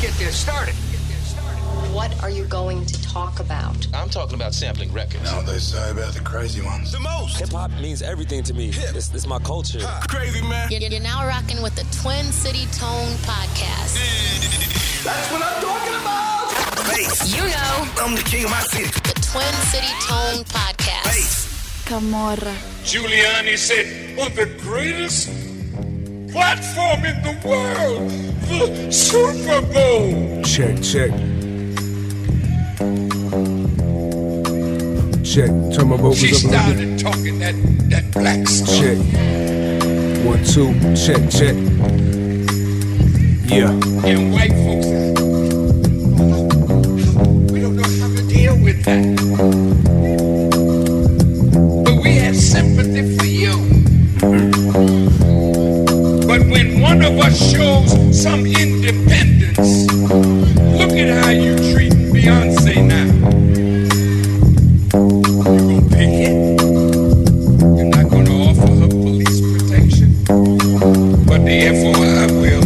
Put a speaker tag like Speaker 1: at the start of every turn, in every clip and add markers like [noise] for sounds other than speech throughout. Speaker 1: get this started.
Speaker 2: What are you going to talk about?
Speaker 3: I'm talking about sampling records.
Speaker 4: Now they say about the crazy ones.
Speaker 1: The most.
Speaker 5: Hip hop means everything to me. It's, it's my culture.
Speaker 1: Crazy man.
Speaker 6: You're, you're now rocking with the Twin City Tone Podcast.
Speaker 1: That's what I'm talking about. Bass.
Speaker 6: You know,
Speaker 1: I'm the king of my city.
Speaker 6: the Twin City Tone Podcast.
Speaker 7: Camorra.
Speaker 8: Giuliani said, on the greatest platform in the world, the Super Bowl.
Speaker 9: Check, check. Check. Turn my
Speaker 8: She
Speaker 9: vocals up a little
Speaker 8: started
Speaker 9: bit.
Speaker 8: talking that, that black stuff.
Speaker 9: Check. One, two. Check, check. Yeah.
Speaker 8: And white folks, we don't know how to deal with that. But we have sympathy for you. But when one of us shows some independence, look at how you treat Beyonce now. You're gonna pick it. You're not gonna offer her police protection. But therefore, I will.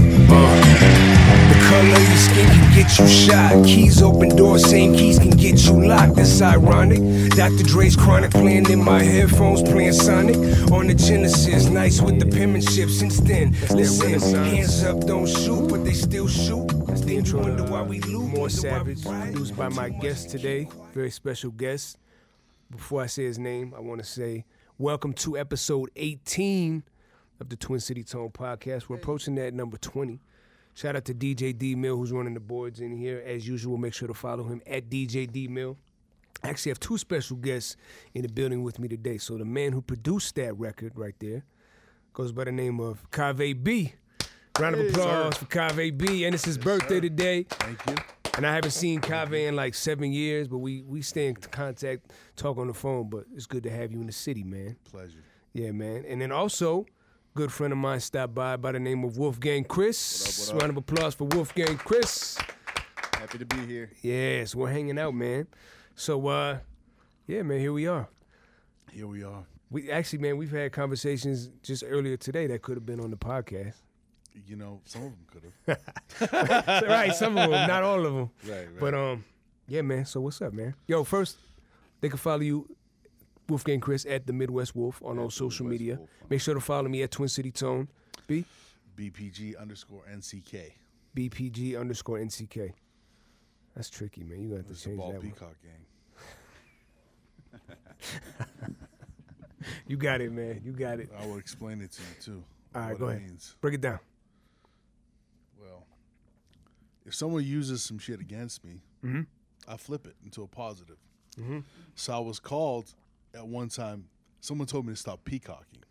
Speaker 10: The color of your skin can get you shot. Keys open doors, same keys can get you locked. It's ironic. Dr. Dre's chronic playing in my headphones, playing Sonic on the Genesis. Nice with the penmanship since then. Listen, hands up, don't shoot, but they still shoot. That's the intro. Wonder why we lose.
Speaker 9: More
Speaker 10: wonder why we
Speaker 9: Savage,
Speaker 10: riot.
Speaker 9: produced by my guest today, very special guest. Before I say his name, I want to say welcome to episode 18 of the Twin City Tone podcast. We're approaching that number 20. Shout out to DJ D Mill, who's running the boards in here. As usual, make sure to follow him at DJ D Mill. I actually have two special guests in the building with me today. So the man who produced that record right there goes by the name of Kave B. Round of applause for Kave B. And it's his birthday today. And I haven't seen Kaveh in like seven years, but we we stay in contact, talk on the phone. But it's good to have you in the city, man. Pleasure. Yeah, man. And then also, good friend of mine stopped by by the name of Wolfgang Chris. Round of applause for Wolfgang Chris.
Speaker 11: Happy to be here.
Speaker 9: Yes, we're hanging out, man. So, uh, yeah, man, here we are.
Speaker 11: Here we are.
Speaker 9: We actually, man, we've had conversations just earlier today that could have been on the podcast.
Speaker 11: You know, some of them
Speaker 9: [laughs]
Speaker 11: could have.
Speaker 9: right, some of
Speaker 11: [laughs]
Speaker 9: them, not all of them.
Speaker 11: Right, right.
Speaker 9: But um, yeah, man. So what's up, man? Yo, first they can follow you, Wolfgang Chris at the Midwest Wolf on all social
Speaker 11: Midwest
Speaker 9: media.
Speaker 11: Wolf. uh-huh.
Speaker 9: Make sure to follow me at Twin City Tone, B
Speaker 11: BPG underscore NCK.
Speaker 9: BPG underscore NCK. That's tricky, man. You got to
Speaker 11: It's the
Speaker 9: change
Speaker 11: Ball
Speaker 9: that one.
Speaker 11: Peacock gang.
Speaker 9: You got it, man. You got it.
Speaker 11: I will explain it to you too.
Speaker 9: [laughs] All right,
Speaker 11: what
Speaker 9: go
Speaker 11: it
Speaker 9: ahead.
Speaker 11: means.
Speaker 9: Break it down.
Speaker 11: Well, if someone uses some shit against me,
Speaker 9: Mm-hmm.
Speaker 11: I flip it into a positive. So I was called at one time. Someone told me to stop peacocking.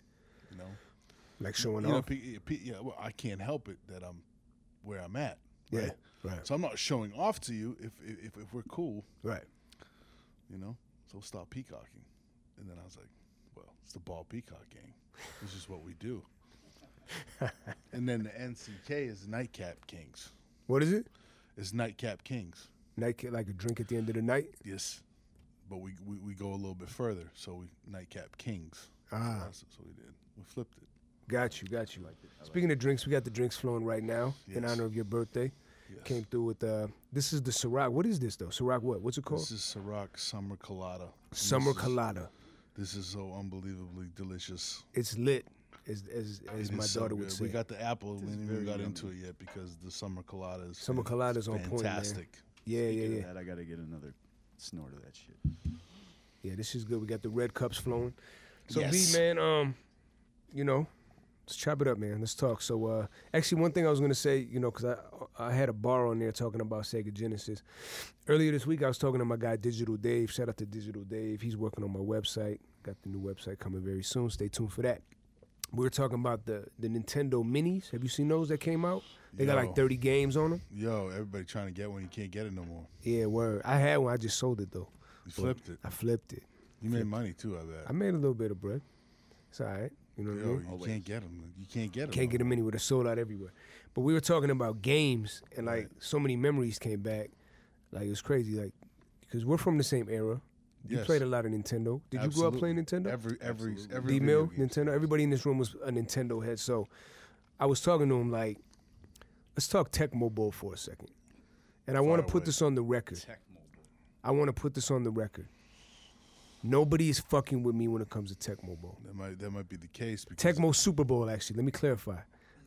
Speaker 11: You know,
Speaker 9: Like showing
Speaker 11: you know,
Speaker 9: off.
Speaker 11: pe- pe- yeah. Well, I can't help it that I'm where I'm at.
Speaker 9: Yeah,
Speaker 11: right?
Speaker 9: right.
Speaker 11: So I'm not showing off to you if if, if we're cool.
Speaker 9: Right.
Speaker 11: you know, so stop peacocking. And then I was like, well, it's the ball peacock gang. This is what we do.
Speaker 9: [laughs]
Speaker 11: and then the NCK is Nightcap Kings.
Speaker 9: What is it?
Speaker 11: It's Nightcap Kings.
Speaker 9: Like like a drink at the end of the night.
Speaker 11: Yes. But we, we, we go a little bit further. So we Nightcap Kings.
Speaker 9: Ah.
Speaker 11: That's what we did. We flipped it.
Speaker 9: Got you, got you. Speaking of drinks, we got the drinks flowing right now in
Speaker 11: Yes.
Speaker 9: honor of your birthday.
Speaker 11: Yes.
Speaker 9: Came through with uh this is the Ciroc. What is this though? Ciroc what? What's it called?
Speaker 11: This is Ciroc Summer Colada. And this
Speaker 9: Summer
Speaker 11: is-
Speaker 9: Colada.
Speaker 11: This is so unbelievably delicious.
Speaker 9: It's lit, as as, as
Speaker 11: It
Speaker 9: my
Speaker 11: is so
Speaker 9: daughter would
Speaker 11: good.
Speaker 9: say.
Speaker 11: We got the apple. We didn't even
Speaker 10: very
Speaker 11: got
Speaker 10: yummy.
Speaker 11: into it yet because the Summer Colada is
Speaker 9: Summer
Speaker 11: fan-
Speaker 9: Colada's on point, man.
Speaker 11: fantastic.
Speaker 9: yeah, yeah,
Speaker 10: Speaking
Speaker 9: yeah,
Speaker 10: of That I gotta get another snort of that shit.
Speaker 9: yeah. This is good. We got the red cups flowing. So
Speaker 11: Yes.
Speaker 9: B man, um, you know, let's chop it up, man. Let's talk. So uh, actually, one thing I was gonna say, you know, because I I had a bar on there talking about Sega Genesis. Earlier this week, I was talking to my guy Digital Dave. Shout out to Digital Dave. He's working on my website. Got the new website coming very soon. Stay tuned for that. We were talking about the the Nintendo Minis. Have you seen those that came out? They got like
Speaker 11: Yo.
Speaker 9: 30 games on them.
Speaker 11: Yo, everybody trying to get one. You can't get it no more.
Speaker 9: Yeah, word. I had one. I just sold it though.
Speaker 11: You
Speaker 9: But
Speaker 11: flipped it.
Speaker 9: I flipped it.
Speaker 11: You made money too, I
Speaker 9: I
Speaker 11: bet.
Speaker 9: made a little bit of bread. It's all right. You know what I
Speaker 11: Yo,
Speaker 9: mean?
Speaker 11: you can't get them. You can't get them.
Speaker 9: Oh, Can't get them anywhere. They're sold out everywhere. But we were talking about games, and like so many memories came back. Like it was crazy. Like because we're from the same era. You
Speaker 11: Yes.
Speaker 9: played a lot of Nintendo. Did you grow up playing Nintendo?
Speaker 11: Every every every
Speaker 9: D Mill,
Speaker 11: video game.
Speaker 9: Nintendo. Everybody in this room was a Nintendo head. So I was talking to him like, let's talk Tecmo Bowl for a second. And I want to put this on the record. I want to put this on the record. Nobody is fucking with me when it comes to Tecmo Bowl.
Speaker 11: That might that might be the case. Because
Speaker 9: Tecmo Super Bowl, actually. Let me clarify.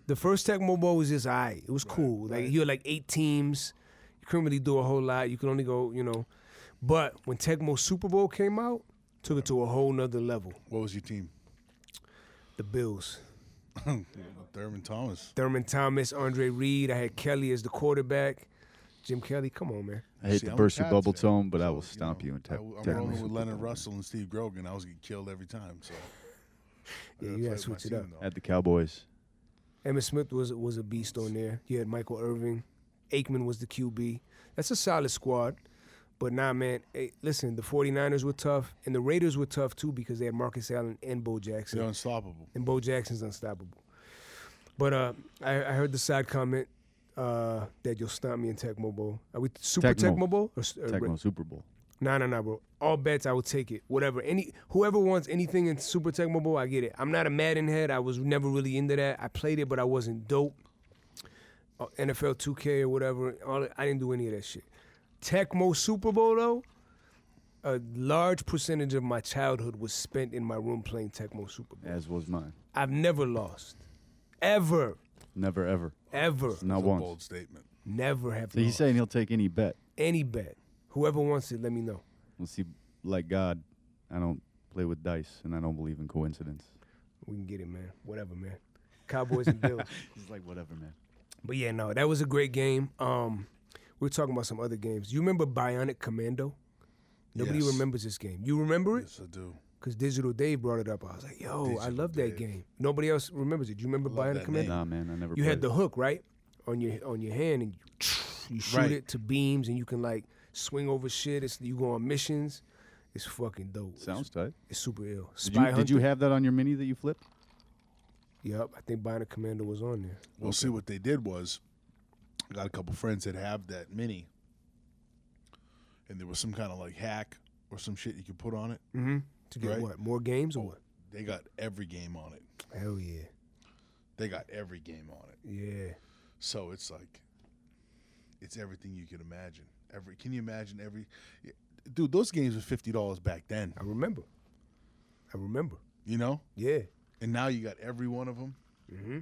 Speaker 9: The first Tecmo Bowl was just I. It was cool. Like you had like eight teams. You couldn't really do a whole lot. You could only go, you know. But when Tecmo Super Bowl came out, took it to a whole nother level.
Speaker 11: What was your team? [clears throat]
Speaker 9: The Bills.
Speaker 11: Thurman Thomas.
Speaker 9: Thurman Thomas, Andre Reed. I had Kelly as the quarterback. Jim Kelly, come on, man.
Speaker 3: I hate
Speaker 11: See,
Speaker 3: to
Speaker 11: I'm a
Speaker 3: burst your
Speaker 11: Pats
Speaker 3: bubble
Speaker 11: fan,
Speaker 3: tone, but I
Speaker 11: so,
Speaker 3: will stomp you, in
Speaker 11: I,
Speaker 3: tech.
Speaker 11: am
Speaker 3: tech-
Speaker 11: rolling with Leonard Russell and Steve Grogan. I was getting killed every time. So I
Speaker 9: Yeah,
Speaker 11: gotta play
Speaker 9: you gotta
Speaker 11: with my
Speaker 9: switch it
Speaker 11: team,
Speaker 9: up.
Speaker 11: though.
Speaker 3: at the Cowboys.
Speaker 9: Emmitt Smith was was a beast on there. You had Michael Irving. Aikman was the QB. That's a solid squad. But nah, man, eh, listen, the 49ers were tough, and the Raiders were tough too because they had Marcus Allen and Bo Jackson.
Speaker 11: They're unstoppable.
Speaker 9: And Bo Jackson's unstoppable. But uh, I, I heard the side comment uh, that you'll stomp me in Tecmo Bowl. Are we Super
Speaker 3: Tecmo.
Speaker 9: Tecmo, Bowl? Or, s- or Ra-
Speaker 3: Tecmo Super Bowl.
Speaker 9: Nah, nah, nah, bro. All bets, I will take it. Whatever. Any whoever wants anything in Super Tecmo Bowl, I get it. I'm not a Madden head. I was never really into that. I played it, but I wasn't dope. Uh, NFL 2K or whatever. All that- I didn't do any of that shit. Tecmo Super Bowl though, a large percentage of my childhood was spent in my room playing Tecmo Super Bowl.
Speaker 3: As was mine.
Speaker 9: I've never lost, ever,
Speaker 3: Never ever.
Speaker 9: ever,
Speaker 3: Not
Speaker 11: It's a
Speaker 3: once.
Speaker 11: bold statement.
Speaker 9: never have
Speaker 3: So he's
Speaker 9: lost
Speaker 3: saying he'll take any bet.
Speaker 9: any bet. Whoever wants it, let me know.
Speaker 3: We'll see. Like God, I don't play with dice, and I don't believe in coincidence.
Speaker 9: We can get it, man. Whatever, man. Cowboys and Bills.
Speaker 3: He's like whatever, man.
Speaker 9: But yeah, no, that was a great game. Um, we were talking about some other games. You remember Bionic Commando? Nobody
Speaker 11: Yes.
Speaker 9: remembers this game. You remember it?
Speaker 11: Yes, I do.
Speaker 9: Because Digital Dave brought it up. I was like, yo, I
Speaker 11: Digital
Speaker 9: love
Speaker 11: Dave.
Speaker 9: that game. Nobody else remembers it. Do you remember
Speaker 11: love
Speaker 9: Bionic
Speaker 11: that
Speaker 9: Commando?
Speaker 3: Nah, man, I never.
Speaker 9: You had the
Speaker 3: played it.
Speaker 9: hook, right? On your on your hand and [sniffs] you, you shoot
Speaker 11: Right.
Speaker 9: it to beams and you can like swing over shit. It's you go on missions. It's fucking dope.
Speaker 3: sounds tight.
Speaker 9: it's, it's super ill.
Speaker 3: Did
Speaker 9: Spy
Speaker 3: you, did you have that on your mini that you flipped?
Speaker 9: Yep, I think Bionic Commando was on there.
Speaker 11: Well, see what they did was, I got a couple friends that have that mini, and there was some kind of like hack or some shit you could put on it.
Speaker 9: To get
Speaker 11: Mm-hmm. Right.
Speaker 9: what? More games or what?
Speaker 11: They got every game on it.
Speaker 9: Hell yeah.
Speaker 11: They got every game on it.
Speaker 9: Yeah.
Speaker 11: So it's like, it's everything you could imagine. Every can you imagine every, yeah, dude? Those games were fifty dollars back then.
Speaker 9: I remember. I remember.
Speaker 11: You know,
Speaker 9: Yeah.
Speaker 11: and now you got every one of them. Mm-hmm.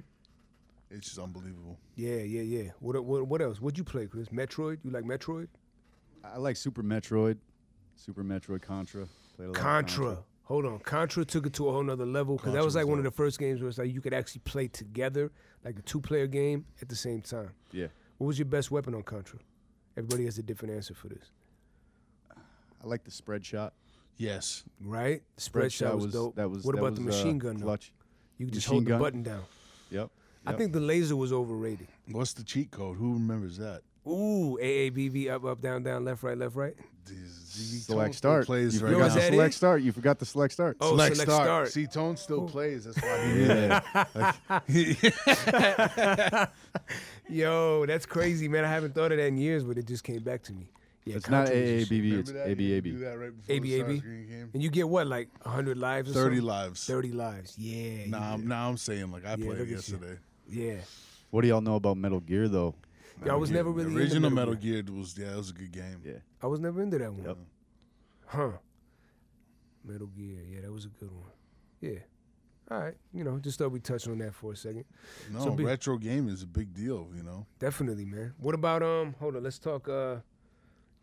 Speaker 11: It's just unbelievable.
Speaker 9: Yeah, yeah, yeah. What what what else? What'd you play, Chris? Metroid? You like Metroid?
Speaker 3: I like Super Metroid, Super Metroid Contra. Played a lot of
Speaker 9: Contra. Hold on. Contra took it to a whole nother level because that was
Speaker 11: Contra
Speaker 9: like
Speaker 11: was
Speaker 9: one of the
Speaker 11: dope.
Speaker 9: first games where it's like you could actually play together, like a two player game at the same time.
Speaker 3: Yeah,
Speaker 9: What was your best weapon on Contra? Everybody has a different answer for this.
Speaker 3: I like the spread shot.
Speaker 11: Yes,
Speaker 9: Right? Spread shot was, dope.
Speaker 3: That was.
Speaker 9: what
Speaker 3: that
Speaker 9: about
Speaker 3: was,
Speaker 9: the machine
Speaker 3: uh,
Speaker 9: gun though?
Speaker 3: Clutch.
Speaker 9: You could just
Speaker 3: Machine
Speaker 9: hold
Speaker 3: gun?
Speaker 9: the button down.
Speaker 3: Yep.
Speaker 9: I
Speaker 3: yep.
Speaker 9: think the laser was overrated.
Speaker 11: what's the cheat code? Who remembers that?
Speaker 9: Ooh, AABB, up, up, down, down, left, right, left, right.
Speaker 3: select start.
Speaker 11: plays
Speaker 3: you
Speaker 11: right
Speaker 9: Yo,
Speaker 3: forgot
Speaker 9: is
Speaker 3: the
Speaker 9: that
Speaker 3: select
Speaker 9: it?
Speaker 3: start. You forgot the select start.
Speaker 9: Oh, select, start.
Speaker 11: See, Tone still plays. That's why he
Speaker 3: Yeah.
Speaker 9: [laughs] Yo, that's crazy, man. I haven't thought of that in years, but it just came back to me. Yeah,
Speaker 3: it's not
Speaker 9: Contra was just-
Speaker 3: AABB. It's
Speaker 11: Remember that? You could Do
Speaker 3: ABAB.
Speaker 11: that right before the start
Speaker 9: ABAB.
Speaker 11: screen came.
Speaker 9: And you get what, like 100 lives or
Speaker 11: 30
Speaker 9: something?
Speaker 11: lives.
Speaker 9: 30 lives. Yeah. you
Speaker 11: Nah, I'm,
Speaker 9: did.
Speaker 11: nah, I'm saying like I
Speaker 9: look
Speaker 11: played
Speaker 9: at
Speaker 11: it
Speaker 9: you.
Speaker 11: yesterday.
Speaker 9: Yeah.
Speaker 3: What do y'all know about Metal Gear though?
Speaker 9: Yeah, I was never really
Speaker 11: the original
Speaker 9: into
Speaker 11: Metal Gear was yeah, it was a good game.
Speaker 3: Yeah.
Speaker 9: I was never into that one.
Speaker 3: Yep.
Speaker 9: Huh. Metal Gear. Yeah, that was a good one. Yeah. All right. You know, just thought we touched on that for a second.
Speaker 11: No,
Speaker 9: So be-
Speaker 11: retro game is a big deal. You know,
Speaker 9: Definitely, man. What about um? Hold on. Let's talk. Uh,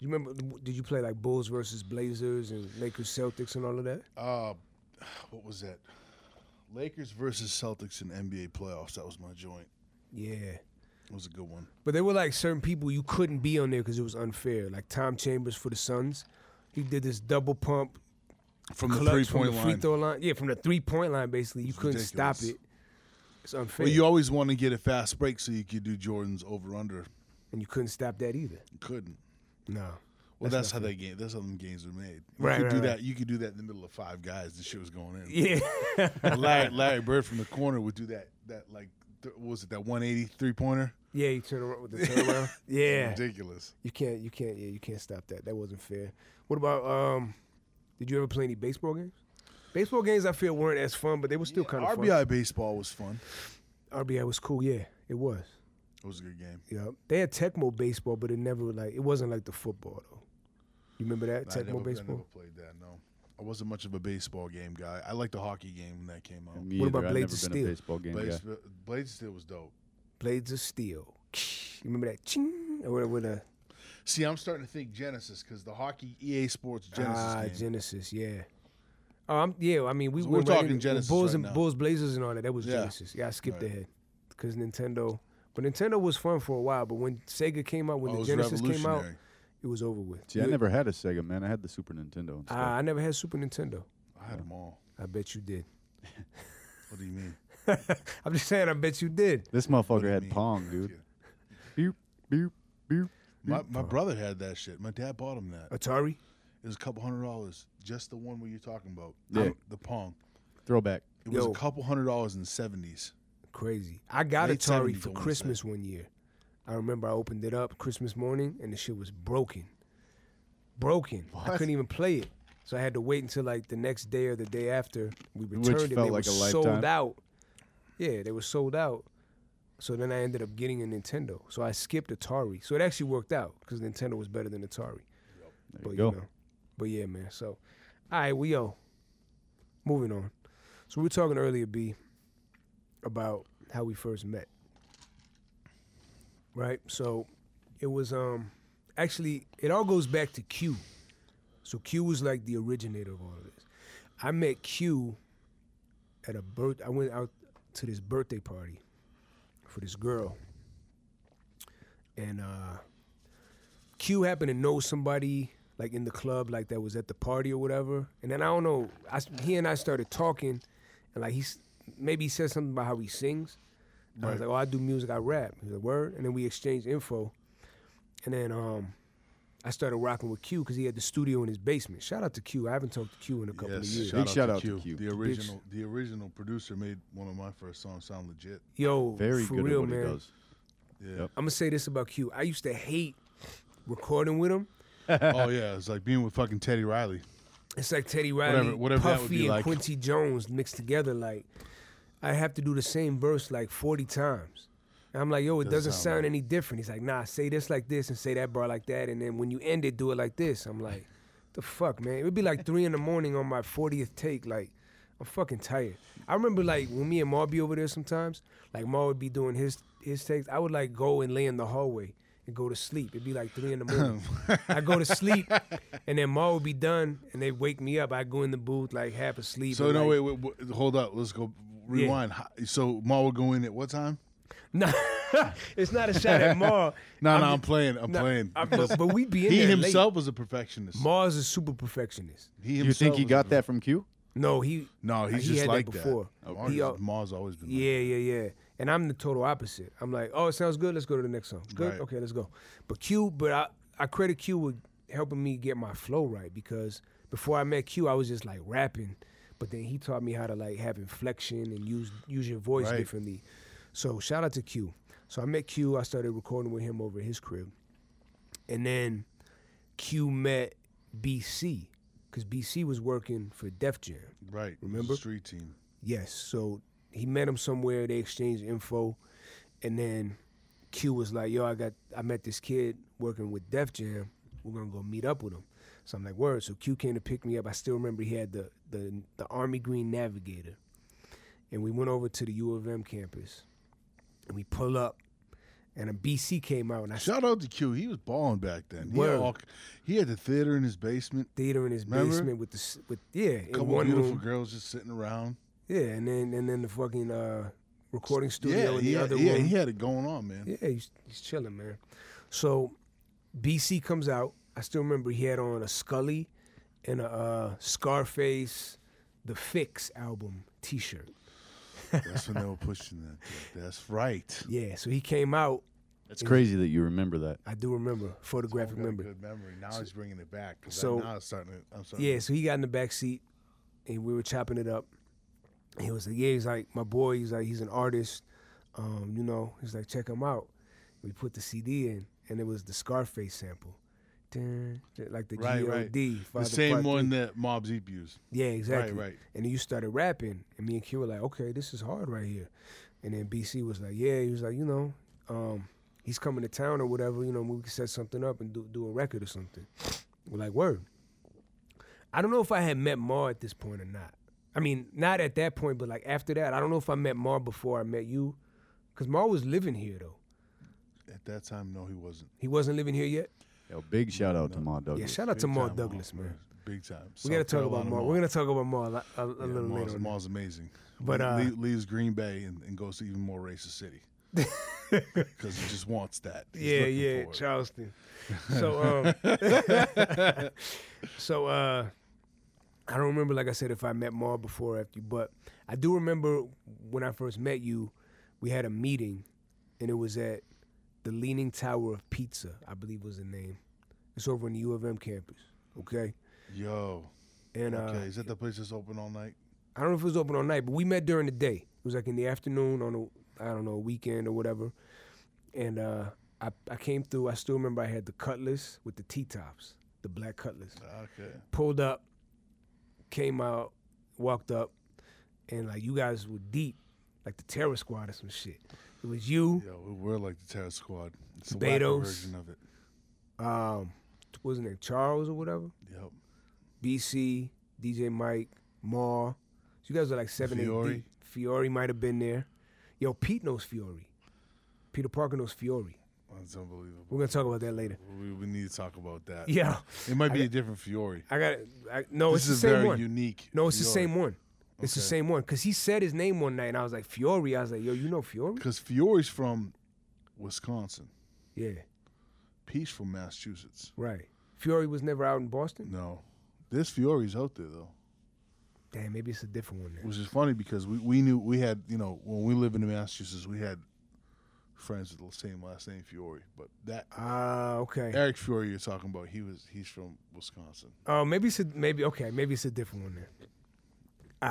Speaker 9: you remember? Did you play like Bulls versus Blazers and Lakers Celtics and all of that?
Speaker 11: uh, what was that? Lakers versus Celtics in NBA playoffs. That was my joint.
Speaker 9: Yeah.
Speaker 11: It was a good one.
Speaker 9: But there were like certain people you couldn't be on there because it was unfair. Like Tom Chambers for the Suns, he did this double pump
Speaker 11: From
Speaker 9: clutch
Speaker 11: the three
Speaker 9: from
Speaker 11: point
Speaker 9: the free
Speaker 11: line.
Speaker 9: throw line. Yeah, from the three point line. Basically, you couldn't stop it.
Speaker 11: ridiculous.
Speaker 9: It's unfair,
Speaker 11: Well, you always want to get a fast break so you could do Jordan's over under.
Speaker 9: and you couldn't stop that either.
Speaker 11: You couldn't.
Speaker 9: No.
Speaker 11: Well, that's, how they game. That's how them games were made. You
Speaker 9: Right,
Speaker 11: could
Speaker 9: right,
Speaker 11: do
Speaker 9: right.
Speaker 11: that. You could do that in the middle of five guys. The shit was going in.
Speaker 9: Yeah. [laughs]
Speaker 11: Larry, Larry Bird from the corner would do that. That like, th- what was it that 180 three pointer?
Speaker 9: yeah. You turn around with
Speaker 11: [laughs]
Speaker 9: the turnaround. Yeah.
Speaker 11: Ridiculous.
Speaker 9: You can't. You can't. Yeah. You can't stop that. That wasn't fair. What about um? Did you ever play any baseball games? Baseball games I feel weren't as fun, but they were still kind of
Speaker 11: RBI baseball was fun.
Speaker 9: fun. RBI was cool. Yeah, it was.
Speaker 11: It was a good game.
Speaker 9: Yeah, they had Tecmo baseball, but it never like it wasn't like the football though. You remember that
Speaker 11: I
Speaker 9: Tecmo
Speaker 11: never, I never
Speaker 9: baseball?
Speaker 11: played that. No, I wasn't much of a baseball game guy. I liked the hockey game when that came out.
Speaker 3: Me
Speaker 9: What
Speaker 3: either.
Speaker 9: about
Speaker 3: I've
Speaker 9: Blades
Speaker 3: never
Speaker 9: of
Speaker 3: been
Speaker 9: Steel?
Speaker 3: a baseball game
Speaker 11: Blades,
Speaker 3: guy.
Speaker 11: Blades of Steel was dope.
Speaker 9: Blades of Steel. You remember that? Ching, or whatever. The,
Speaker 11: See, I'm starting to think Genesis because the hockey EA Sports Genesis
Speaker 9: ah,
Speaker 11: game.
Speaker 9: Genesis. Yeah. Um. Yeah. I mean, we
Speaker 11: So
Speaker 9: went
Speaker 11: we're
Speaker 9: right
Speaker 11: talking
Speaker 9: into
Speaker 11: Genesis
Speaker 9: Bulls
Speaker 11: right
Speaker 9: and
Speaker 11: now.
Speaker 9: Bulls Blazers and all that. That was
Speaker 11: Yeah.
Speaker 9: Genesis. Yeah, I skipped
Speaker 11: Right.
Speaker 9: ahead because Nintendo. But Nintendo was fun for a while. But when Sega came out, when
Speaker 11: Oh, it
Speaker 9: the
Speaker 11: was
Speaker 9: Genesis came out,
Speaker 11: revolutionary.
Speaker 9: it was over with.
Speaker 3: See, I never had a Sega, man. I had the Super Nintendo. And stuff.
Speaker 9: Ah, I never had Super Nintendo.
Speaker 11: I had them all.
Speaker 9: I bet you did. [laughs]
Speaker 11: What do you mean?
Speaker 9: I'm just saying. I bet you did.
Speaker 3: this motherfucker
Speaker 11: you
Speaker 3: had
Speaker 11: mean?
Speaker 3: Pong, dude. Boop, boop, boop.
Speaker 11: My, my brother had that shit. My dad bought him that.
Speaker 9: Atari.
Speaker 11: It was a couple hundred dollars. Just the one where you're talking about.
Speaker 3: Yeah.
Speaker 11: Um, The Pong.
Speaker 3: Throwback.
Speaker 11: It was
Speaker 9: Yo.
Speaker 11: a couple hundred dollars in the 70s.
Speaker 9: Crazy. I got
Speaker 11: Late 70s,
Speaker 9: Atari for
Speaker 11: I wanna say.
Speaker 9: Christmas one year. I remember I opened it up Christmas morning and the shit was broken. Broken. I couldn't even play it. So I had to wait until like the next day or the day after we returned it.
Speaker 3: felt
Speaker 9: they
Speaker 3: like
Speaker 9: were
Speaker 3: a lifetime.
Speaker 9: sold out. Yeah, they were sold out. So then I ended up getting a Nintendo. So I skipped Atari. So it actually worked out because Nintendo was better than Atari.
Speaker 3: There
Speaker 9: But
Speaker 3: you go.
Speaker 9: know. But yeah, man. So, all right, we yo. Moving on. So we were talking earlier, B, about how we first met. Right. So, it was um, actually it all goes back to Q. So Q was like the originator of all of this. I met Q at a birth. I went out to this birthday party for this girl, and uh, Q happened to know somebody like in the club, like that was at the party or whatever. And then I don't know, I, he and I started talking, and like he's maybe he said something about how he sings. And I was like, oh, I do music, I rap. He's like, word. And then we exchanged info, and then um. I started rocking with Q because he had the studio in his basement. Shout out to Q. I haven't talked to Q in a couple of years.
Speaker 3: Big shout out to Q.
Speaker 11: The original, the original producer made one of my first songs sound legit.
Speaker 9: Yo,
Speaker 3: Very
Speaker 9: for
Speaker 3: good
Speaker 9: real,
Speaker 3: at what
Speaker 9: man.
Speaker 3: he does.
Speaker 9: I'm gonna say this about Q. I used to hate recording with him.
Speaker 11: oh yeah, it's like being with fucking Teddy Riley.
Speaker 9: It's like Teddy Riley,
Speaker 11: Whatever- whatever that would
Speaker 9: Puffy,
Speaker 11: be
Speaker 9: and
Speaker 11: like.
Speaker 9: Quincy Jones mixed together. Like, I have to do the same verse like 40 times. And I'm like, yo, it doesn't, sound, any different. He's like, nah, say this like this and say that bar like that, and then when you end it, do it like this. I'm like, the fuck, man. It would be like three in the morning on my 40th take. Like, I'm fucking tired. I remember like when me and Mar be over there sometimes. Like Mar would be doing his his takes. I would like go and lay in the hallway and go to sleep. It'd be like three in the morning.
Speaker 11: [laughs]
Speaker 9: I go to sleep, and then Ma would be done, and they wake me up. I go in the booth like half asleep.
Speaker 11: So
Speaker 9: and,
Speaker 11: no,
Speaker 9: like,
Speaker 11: wait,
Speaker 9: [laughs]
Speaker 11: wait, wait, hold up. Let's go rewind. Hi- So Ma would go in at what time?
Speaker 9: no, [laughs] it's not a shot
Speaker 11: [laughs]
Speaker 9: at Ma.
Speaker 11: No, no,
Speaker 9: ju-
Speaker 11: I'm playing. I'm
Speaker 9: no,
Speaker 11: playing.
Speaker 9: [laughs] I- but, but we be in
Speaker 11: He
Speaker 9: there
Speaker 11: himself was a perfectionist.
Speaker 9: Late. Ma's a super perfectionist.
Speaker 11: He
Speaker 3: You
Speaker 11: himself
Speaker 3: think he
Speaker 11: was a
Speaker 3: got that from Q?
Speaker 9: No, he
Speaker 11: No, he's
Speaker 9: he
Speaker 11: just
Speaker 9: had
Speaker 11: like
Speaker 9: that
Speaker 11: that.
Speaker 9: before.
Speaker 11: Mars,
Speaker 9: He, uh,
Speaker 11: Mars always been. Like
Speaker 9: Yeah, yeah, yeah. And I'm the total opposite. I'm like, oh, it sounds good. Let's go to the next song. Good.
Speaker 11: Right.
Speaker 9: Okay, let's go. But Q, but I, I credit Q with helping me get my flow right because before I met Q, I was just like rapping, but then he taught me how to like have inflection and use use your voice
Speaker 11: Right.
Speaker 9: differently. So shout out to Q. So I met Q. I started recording with him over at his crib, and then Q met BC because BC was working for Def Jam.
Speaker 11: that. right.
Speaker 9: Remember?
Speaker 11: street team?
Speaker 9: Yes. So he met him somewhere. They exchanged info, and then Q was like, "Yo, I got I met this kid working with Def Jam. We're gonna go meet up with him." So I'm like, "Word." So Q came to pick me up. I still remember he had the the the Army Green Navigator, and we went over to the U of M campus, and we pull up, and a BC came out, and I saw
Speaker 11: Shout out to Q. He was balling back then. He
Speaker 9: Word.
Speaker 11: had, all- he had the theater in his basement.
Speaker 9: theater in his
Speaker 11: Remember?
Speaker 9: basement with the s- with yeah in
Speaker 11: couple
Speaker 9: one
Speaker 11: beautiful
Speaker 9: room.
Speaker 11: girls just sitting around.
Speaker 9: yeah, and then and then the fucking uh, recording
Speaker 11: Yeah,
Speaker 9: studio in
Speaker 11: he
Speaker 9: the
Speaker 11: had,
Speaker 9: other
Speaker 11: yeah,
Speaker 9: room.
Speaker 11: he had it going on, man.
Speaker 9: Yeah, he's, he's chilling, man. So BC comes out. I still remember he had on a Scully and a uh, Scarface, the Fix album T-shirt.
Speaker 11: That's when they were pushing that. dude. That's right.
Speaker 9: Yeah, so he came out.
Speaker 3: It's crazy that you remember that.
Speaker 9: I do remember photographic memory.
Speaker 11: Good memory. Now he's bringing it back. 'cause
Speaker 9: so-
Speaker 11: now it's starting. To, I'm starting.
Speaker 9: Yeah, so he got in the back seat, and we were chopping it up. He was like, "Yeah, he's like my boy. He's like he's an artist, um, you know." He's like, "Check him out." We put the CD in, and it was the Scarface sample, Dun, like the
Speaker 11: Right,
Speaker 9: G.O.D.
Speaker 11: right.
Speaker 9: Father
Speaker 11: the same
Speaker 9: Part
Speaker 11: one
Speaker 9: Three.
Speaker 11: that Mob Deep used.
Speaker 9: Yeah, exactly.
Speaker 11: right.
Speaker 9: And then you started rapping, and me and Q were like, "Okay, this is hard right here." And then BC was like, "Yeah," he was like, "You know, um, he's coming to town or whatever, you know, we can set something up and do, do a record or something. We're like, word. I don't know if I had met Mar at this point or not. I mean, not at that point, but like after that, I don't know if I met Mar before I met you, because Mar was living here though.
Speaker 11: At that time, no, he wasn't.
Speaker 9: He wasn't living here yet.
Speaker 3: Yo, big shout out to Ma Douglas.
Speaker 9: Yeah, shout out to Mar
Speaker 11: time,
Speaker 9: Douglas,
Speaker 11: Mar.
Speaker 9: man.
Speaker 11: Big time.
Speaker 9: We gotta talk about Mar. We're gonna talk about Mar a, lot- a, a little
Speaker 11: Mars,
Speaker 9: later. on.
Speaker 11: Mars amazing.
Speaker 9: But, uh,
Speaker 11: Le- leaves Green Bay and, and goes to even more racist
Speaker 9: [laughs]
Speaker 11: city because he just wants that. He's
Speaker 9: yeah,
Speaker 11: looking
Speaker 9: yeah,
Speaker 11: for it. [laughs]
Speaker 9: Charleston. So, um, [laughs] so uh, I don't remember, like I said, if I met Mar before or after you, but I do remember when I first met you, we had a meeting, and it was at the Leaning Tower of Pizza, I believe was the name. It's over in the U of M campus, okay?
Speaker 11: Yo,
Speaker 9: And uh,
Speaker 11: okay, is that the place that's open all night?
Speaker 9: I don't know if it was open all night, but we met during the day. It was like in the afternoon on a I don't know weekend or whatever. And uh, I I came through. I still remember I had the cutlass with the t tops, the black cutlass.
Speaker 11: Okay,
Speaker 9: Pulled up, came out, walked up, and like you guys were deep, like the terror squad or some shit. It was you.
Speaker 11: yo, we- we're like the Terror Squad. It's a
Speaker 9: Betos.
Speaker 11: wacky version of it.
Speaker 9: Um, what was his name Charles or whatever?
Speaker 11: Yep.
Speaker 9: BC, DJ Mike, Mar. So you guys are like seven, eight
Speaker 11: Fiore.
Speaker 9: deep. Fiore might have been there. Yo, Pete knows Fiore. Peter Parker knows Fiore.
Speaker 11: That's unbelievable.
Speaker 9: We're gonna talk about that later.
Speaker 11: We, we need to talk about that.
Speaker 9: Yeah,
Speaker 11: It might be a different Fiore.
Speaker 9: I got. I, no,
Speaker 11: This
Speaker 9: it's
Speaker 11: is
Speaker 9: the same
Speaker 11: very
Speaker 9: one.
Speaker 11: unique.
Speaker 9: no, it's the same one. It's the
Speaker 11: Okay.
Speaker 9: same one because he said his name one night, and I was like Fiore. I was like, Yo, you know Fiore?
Speaker 11: Because Fiore's from Wisconsin,
Speaker 9: Yeah,
Speaker 11: Peach from Massachusetts.
Speaker 9: right. Fiore was never out in Boston.
Speaker 11: No, this Fiore's out there though.
Speaker 9: Damn, maybe it's a different one. Then.
Speaker 11: which is funny because we, we knew we had you know when we lived in Massachusetts we had friends with the same last name Fiore, but that
Speaker 9: Ah, okay.
Speaker 11: Eric Fiore you're talking about he was he's from Wisconsin.
Speaker 9: Oh, maybe it's a, maybe okay. Maybe it's a different one. Then. All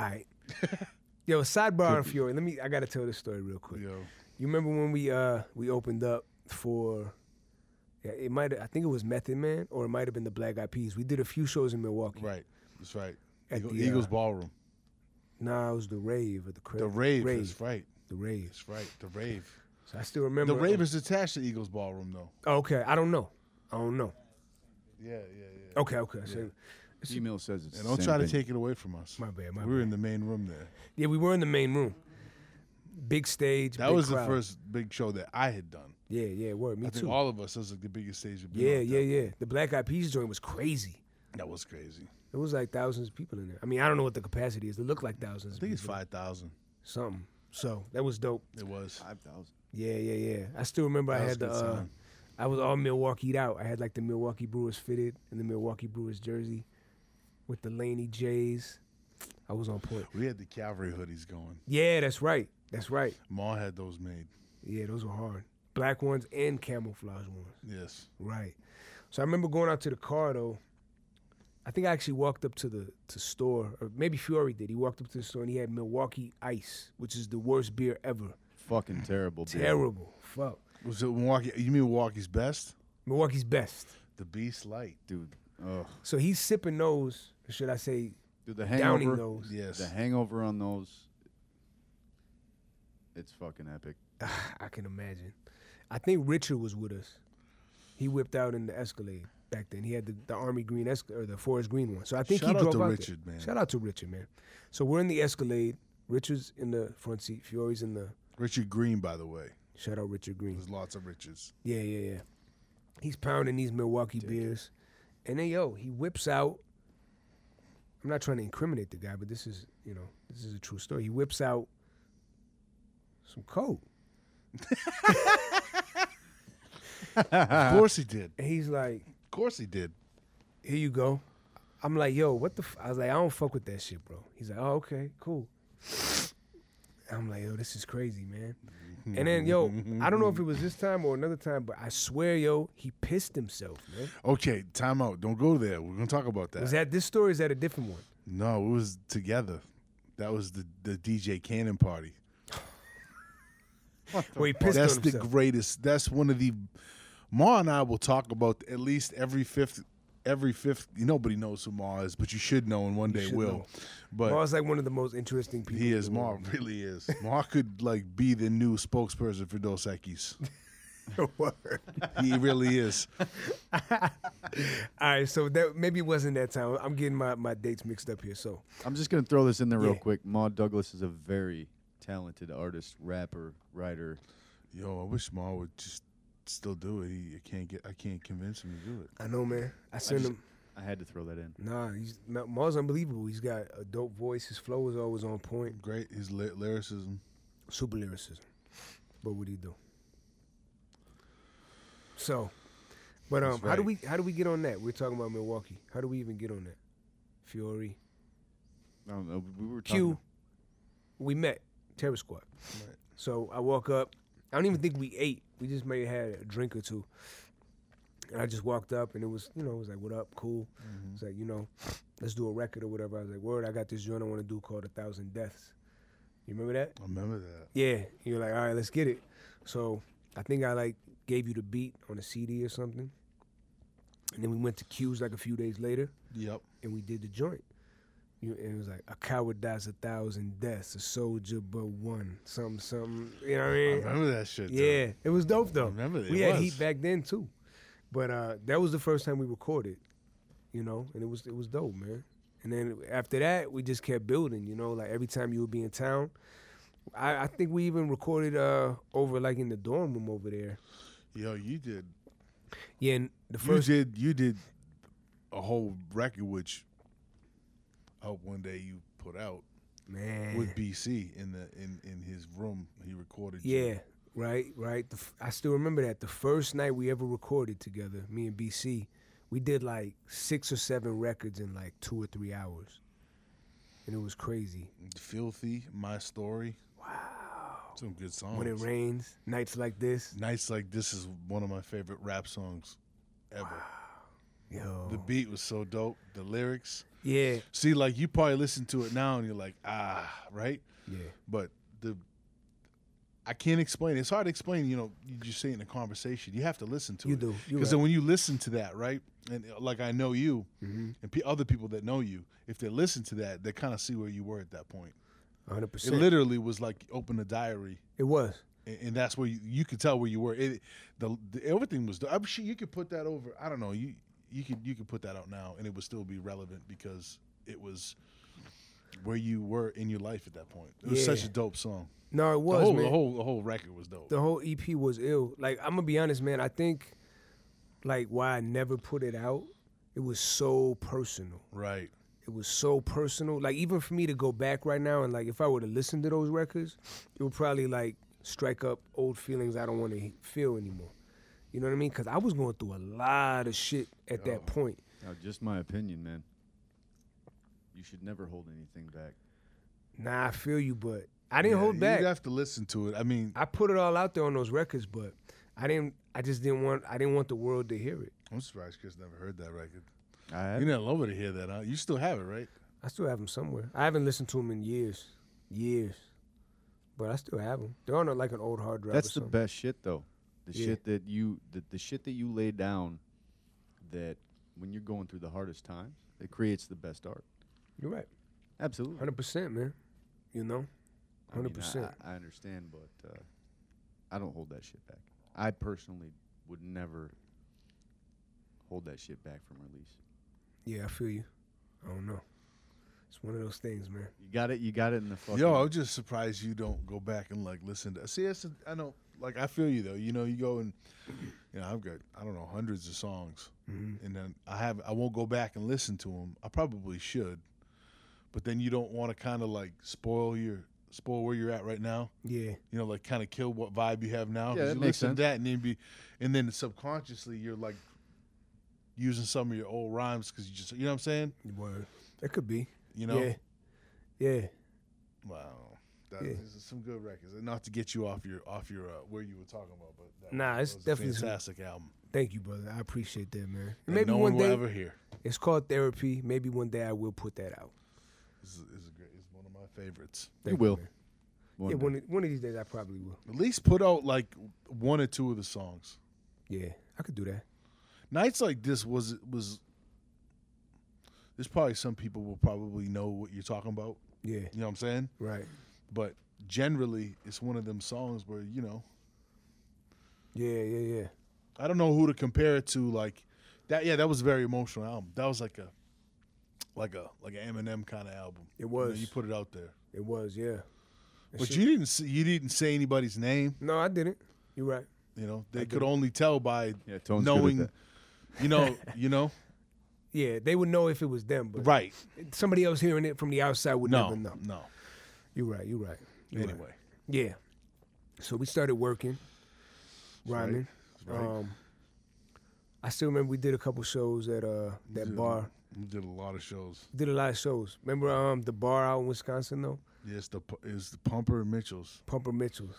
Speaker 11: [laughs]
Speaker 9: right. Yo, sidebar on Fiore. Let me. I gotta tell this story real quick.
Speaker 11: You know,
Speaker 9: You remember when we uh we opened up for yeah, it might I think it was Method Man or it might have been the Black Eyed Peas. We did a few shows in Milwaukee.
Speaker 11: right? That's right.
Speaker 9: At
Speaker 11: Eagle-
Speaker 9: the, uh,
Speaker 11: Eagles Ballroom,
Speaker 9: Nah, it was the rave or the crib.
Speaker 11: the rave, is right.
Speaker 9: The rave.
Speaker 11: It's right. The rave.
Speaker 9: So I still remember um,
Speaker 11: The rave is attached to Eagles Ballroom though.
Speaker 9: Oh, okay, I don't know. I don't know.
Speaker 11: Yeah, yeah, yeah.
Speaker 9: Okay, okay. So,
Speaker 3: Email says it's.
Speaker 11: And don't
Speaker 3: the
Speaker 11: try
Speaker 3: same
Speaker 11: to
Speaker 3: thing.
Speaker 11: take it away from us.
Speaker 9: My bad, my
Speaker 11: we were
Speaker 9: bad.
Speaker 11: in the main room there.
Speaker 9: yeah, we were in the main room. Big stage.
Speaker 11: That
Speaker 9: big
Speaker 11: was
Speaker 9: crowd.
Speaker 11: the first big show that I had done.
Speaker 9: Yeah, yeah, word. Me
Speaker 11: I think
Speaker 9: too.
Speaker 11: all of us. That was like the biggest stage. we've been
Speaker 9: yeah,
Speaker 11: on.
Speaker 9: yeah,
Speaker 11: That-
Speaker 9: yeah. The Black Eyed Peas joint was crazy.
Speaker 11: That was crazy.
Speaker 9: It was like thousands of people in there. I mean, I don't know what the capacity is. It looked like thousands.
Speaker 11: I think it's
Speaker 9: five.
Speaker 11: five thousand.
Speaker 9: Something. So that was dope.
Speaker 11: It was.
Speaker 3: Five thousand.
Speaker 9: Yeah, yeah, yeah. I still remember I
Speaker 11: That was
Speaker 9: had the.
Speaker 11: good
Speaker 9: Uh,
Speaker 11: time.
Speaker 9: I was all Milwaukee'd out. I had like the Milwaukee Brewers fitted and the Milwaukee Brewers jersey with the Laney Jays. I was on point.
Speaker 11: We had the cavalry hoodies going.
Speaker 9: Yeah, that's right. That's right.
Speaker 11: Ma had those made.
Speaker 9: Yeah, those were hard. Black ones and camouflage ones.
Speaker 11: Yes.
Speaker 9: Right. So I remember going out to the car though. I think I actually walked up to the to store, or maybe Fury did. He walked up to the store and he had Milwaukee Ice, which is the worst beer ever.
Speaker 3: Fucking
Speaker 9: [clears throat]
Speaker 3: terrible. beer.
Speaker 9: Terrible. Fuck.
Speaker 11: Was it Milwaukee? You mean Milwaukee's best?
Speaker 9: Milwaukee's best.
Speaker 11: The Beast Light.
Speaker 3: dude. Ugh.
Speaker 9: So he's sipping those. or Should I say
Speaker 3: Dude, the
Speaker 9: downing
Speaker 3: hangover.
Speaker 9: those?
Speaker 11: Yes.
Speaker 3: The hangover on those. It's fucking epic.
Speaker 9: [sighs] I can imagine. I think Richard was with us. He whipped out in the Escalade back then. He had the, the army green Escalade or the forest green one. So I think
Speaker 11: Shout
Speaker 9: he
Speaker 11: out
Speaker 9: drove
Speaker 11: to
Speaker 9: there.
Speaker 11: Richard, man.
Speaker 9: Shout out to Richard, man. So we're in the Escalade. Richard's in the front seat. Fiore's in the.
Speaker 11: Richard Green, by the way.
Speaker 9: Shout out Richard Green.
Speaker 11: There's lots of Richards.
Speaker 9: Yeah, yeah, yeah. He's pounding these Milwaukee beers. And then yo, he whips out I'm not trying to incriminate the guy, but this is, you know, this is a true story. He whips out some coke. Uh-huh.
Speaker 11: of course he did.
Speaker 9: And he's like,
Speaker 11: Of course he did.
Speaker 9: "Here you go." I'm like, "Yo, what the f-? I was like, "I don't fuck with that shit, bro." He's like, "Oh, okay, cool." I'm like, "Yo, this is crazy, man." And then, yo, I don't know if it was this time or another time, but I swear, yo, he pissed himself, man.
Speaker 11: Okay, time out. Don't go there. We're gonna talk about that.
Speaker 9: Was that this story? Or is that a different one?
Speaker 11: no, it was together. That was the, the DJ Cannon party.
Speaker 9: Where he pissed
Speaker 11: that's
Speaker 9: on
Speaker 11: the
Speaker 9: himself.
Speaker 11: greatest. That's one of the. Ma and I will talk about at least every fifth every fifth. Nobody knows who Ma is, but you should know, and one day
Speaker 9: should
Speaker 11: will.
Speaker 9: know.
Speaker 11: But
Speaker 9: Mar's like one of the most interesting people.
Speaker 11: he
Speaker 9: in
Speaker 11: is
Speaker 9: [laughs] the world.
Speaker 11: Ma. Really is. Ma could like be the new spokesperson for Dos Equis. He really is.
Speaker 9: All right, so that maybe it wasn't that time. I'm getting my, my dates mixed up here. So
Speaker 3: I'm just gonna throw this in there real
Speaker 9: Yeah.
Speaker 3: quick. Maude Douglas is a very talented artist, rapper, writer.
Speaker 11: Yo, I wish Ma would just still do it. He I can't get. I can't convince him to do it.
Speaker 9: I know, man. I
Speaker 3: I,
Speaker 9: send
Speaker 3: just-
Speaker 9: him.
Speaker 3: I had to throw that in.
Speaker 9: Nah, he's Ma- Ma's unbelievable. He's got a dope voice. His flow is always on point.
Speaker 11: Great. His ly- lyricism.
Speaker 9: Super lyricism. But what do you do? So, but um, how do we
Speaker 11: right.
Speaker 9: how do we get on that? We're talking about Milwaukee. How do we even get on that? Fiore,
Speaker 3: I don't know. We were talking.
Speaker 9: Q, we met Terror Squad. So I walk up. I don't even think we ate. We just may have had a drink or two. And I just walked up, and it was, you know, it was like, "What up? Cool." It's like, you know, let's do a record or whatever. I was like, "Word, I got this joint I want to do called A Thousand Deaths." You remember that?
Speaker 11: I remember that.
Speaker 9: Yeah. You're like, "All right, let's get it." So I think I like gave you the beat on a CD or something, and then we went to Q's like a few days later
Speaker 11: Yep.
Speaker 9: and we did the joint. You, and it was like a coward dies a thousand deaths, a soldier but one, something, something. You know what I
Speaker 11: I
Speaker 9: mean?
Speaker 11: remember that shit. though.
Speaker 9: yeah, it was dope though.
Speaker 11: remember it
Speaker 9: we had
Speaker 11: was.
Speaker 9: heat back then too, but uh, that was the first time we recorded. You know, and it was it was dope, man. And then after that, we just kept building. You know, like every time you would be in town, I, I think we even recorded uh, over like in the dorm room over there.
Speaker 11: Yo, you did.
Speaker 9: Yeah, and the first
Speaker 11: you did. You did a whole record, which I hope one day you put out
Speaker 9: man
Speaker 11: with BC in the in in his room. He recorded. you.
Speaker 9: Yeah, right, right. The, f- I still remember that the first night we ever recorded together, me and BC, we did like six or seven records in like two or three hours, and it was crazy.
Speaker 11: Filthy, my story. Wow. Some good songs.
Speaker 9: When it rains, nights like this,
Speaker 11: Nights like this is one of my favorite rap songs ever.
Speaker 9: yo,
Speaker 11: The beat was so dope. The lyrics.
Speaker 9: yeah,
Speaker 11: See, like you probably listen to it now and you're like, ah, right.
Speaker 9: yeah,
Speaker 11: But the I can't explain. it. It's hard to explain. You know, you just say it in a conversation. You have to listen to
Speaker 9: You
Speaker 11: it.
Speaker 9: do. You're
Speaker 11: Because then when you listen to that, right, and uh, like I know you,
Speaker 9: Mm-hmm.
Speaker 11: and pe other people that know you, if they listen to that, they kind of see where you were at that point.
Speaker 9: hundred
Speaker 11: It
Speaker 9: percent.
Speaker 11: literally was like you open a diary,
Speaker 9: It was.
Speaker 11: and, and that's where you, you could tell where you were. It, the, the everything was. I'm sure you could put that over. I don't know. You you could you could put that out now, and it would still be relevant because it was where you were in your life at that point. It was such
Speaker 9: Yeah.
Speaker 11: a dope song.
Speaker 9: No, it was.
Speaker 11: The whole,
Speaker 9: man.
Speaker 11: the whole the whole record was dope.
Speaker 9: the whole EP was ill. Like I'm gonna be honest, man. I think like why I never put it out. It was so personal.
Speaker 11: right.
Speaker 9: it was so personal. Like even for me to go back right now and like if I were to listen to those records, it would probably like strike up old feelings I don't want to feel anymore. You know what I mean? Because I was going through a lot of shit at that point.
Speaker 3: Now, uh, just my opinion, man. You should never hold anything back.
Speaker 9: Nah, I feel you, but I didn't
Speaker 11: Yeah,
Speaker 9: hold back.
Speaker 11: You have to listen to it. I mean,
Speaker 9: I put it all out there on those records, but I didn't. I just didn't want. I didn't want the world to hear it.
Speaker 11: I'm surprised Chris never heard that record.
Speaker 3: I
Speaker 11: You're not over to hear that, huh? You still have it, right?
Speaker 9: I still have them somewhere. I haven't listened to them in years, years, but I still have them. They're on a, like an old hard drive. or
Speaker 3: That's the
Speaker 9: something.
Speaker 3: best shit though. The
Speaker 9: Yeah.
Speaker 3: shit that you the, the shit that you lay down that when you're going through the hardest times, it creates the best art.
Speaker 9: You're right.
Speaker 3: Absolutely.
Speaker 9: Hundred percent, man. You know.
Speaker 3: I mean, I-
Speaker 9: 100%.
Speaker 3: I, I understand, but uh, I don't hold that shit back. I personally would never hold that shit back from release.
Speaker 9: Yeah, I feel you. I don't know. It's one of those things, man.
Speaker 3: You got it. You got it in the fucking.
Speaker 11: Yo, I'm just surprised you don't go back and like listen to. See, that's the- I know, like I feel you though. You know, you go and you know I've got I don't know hundreds of songs,
Speaker 9: Mm-hmm.
Speaker 11: and then I have I won't go back and listen to them. I probably should, but then you don't want to kind of like spoil your spoil where you're at right now.
Speaker 9: Yeah,
Speaker 11: you know, like kind of kill what vibe you have now. 'cause
Speaker 3: Yeah, that
Speaker 11: you
Speaker 3: makes
Speaker 11: listen
Speaker 3: sense.
Speaker 11: to that and then be, and then subconsciously you're like using some of your old rhymes because you just, you know what I'm saying?
Speaker 9: word. That could be.
Speaker 11: You know?
Speaker 9: Yeah, yeah.
Speaker 11: Wow. That,
Speaker 9: Yeah.
Speaker 11: These are some good records. And not to get you off your off your uh, where you were talking about, but that
Speaker 9: Nah,
Speaker 11: was-
Speaker 9: it's
Speaker 11: that was
Speaker 9: definitely
Speaker 11: a
Speaker 9: some-
Speaker 11: fantastic album.
Speaker 9: Thank you, brother. I appreciate that, man.
Speaker 11: that
Speaker 9: Maybe
Speaker 11: no
Speaker 9: one
Speaker 11: one
Speaker 9: day
Speaker 11: will ever hear.
Speaker 9: it's called therapy. Maybe one day I will put that out.
Speaker 11: This is, is a great. It's one of my favorites.
Speaker 3: You will.
Speaker 9: man.
Speaker 3: One
Speaker 9: Yeah,
Speaker 3: day.
Speaker 9: one, one of these days I probably will.
Speaker 11: At least put out like one or two of the songs.
Speaker 9: Yeah, I could do that.
Speaker 11: Nights like this was was there's probably some people will probably know what you're talking about.
Speaker 9: Yeah.
Speaker 11: You know what I'm saying?
Speaker 9: Right.
Speaker 11: But generally, it's one of them songs where you know
Speaker 9: Yeah, yeah, yeah.
Speaker 11: I don't know who to compare it to. Like that. Yeah, that was a very emotional album. That was like a like a like an Eminem kind of album.
Speaker 9: It was.
Speaker 11: You, know, you put it out there,
Speaker 9: It was, yeah.
Speaker 11: but you didn't s- you didn't say anybody's name.
Speaker 9: No, I didn't. You're right.
Speaker 11: You know, they could only tell by
Speaker 3: Yeah, Tone's good at
Speaker 11: knowing.
Speaker 3: that.
Speaker 11: You know, you know,
Speaker 9: Yeah, they would know if it was them, but [laughs]
Speaker 11: right?
Speaker 9: somebody else hearing it from the outside would
Speaker 11: No,
Speaker 9: never know.
Speaker 11: no.
Speaker 9: You're right. You're right. You're right.
Speaker 11: Anyway,
Speaker 9: Yeah. So we started working, rhyming.
Speaker 11: right.
Speaker 9: Um, I still remember we did a couple shows at uh, that
Speaker 11: did.
Speaker 9: bar.
Speaker 11: we did a lot of shows.
Speaker 9: Did a lot of shows. Remember um, the bar out in Wisconsin though,
Speaker 11: Yes, the pu- is the Pumper and Mitchell's.
Speaker 9: Pumper Mitchell's.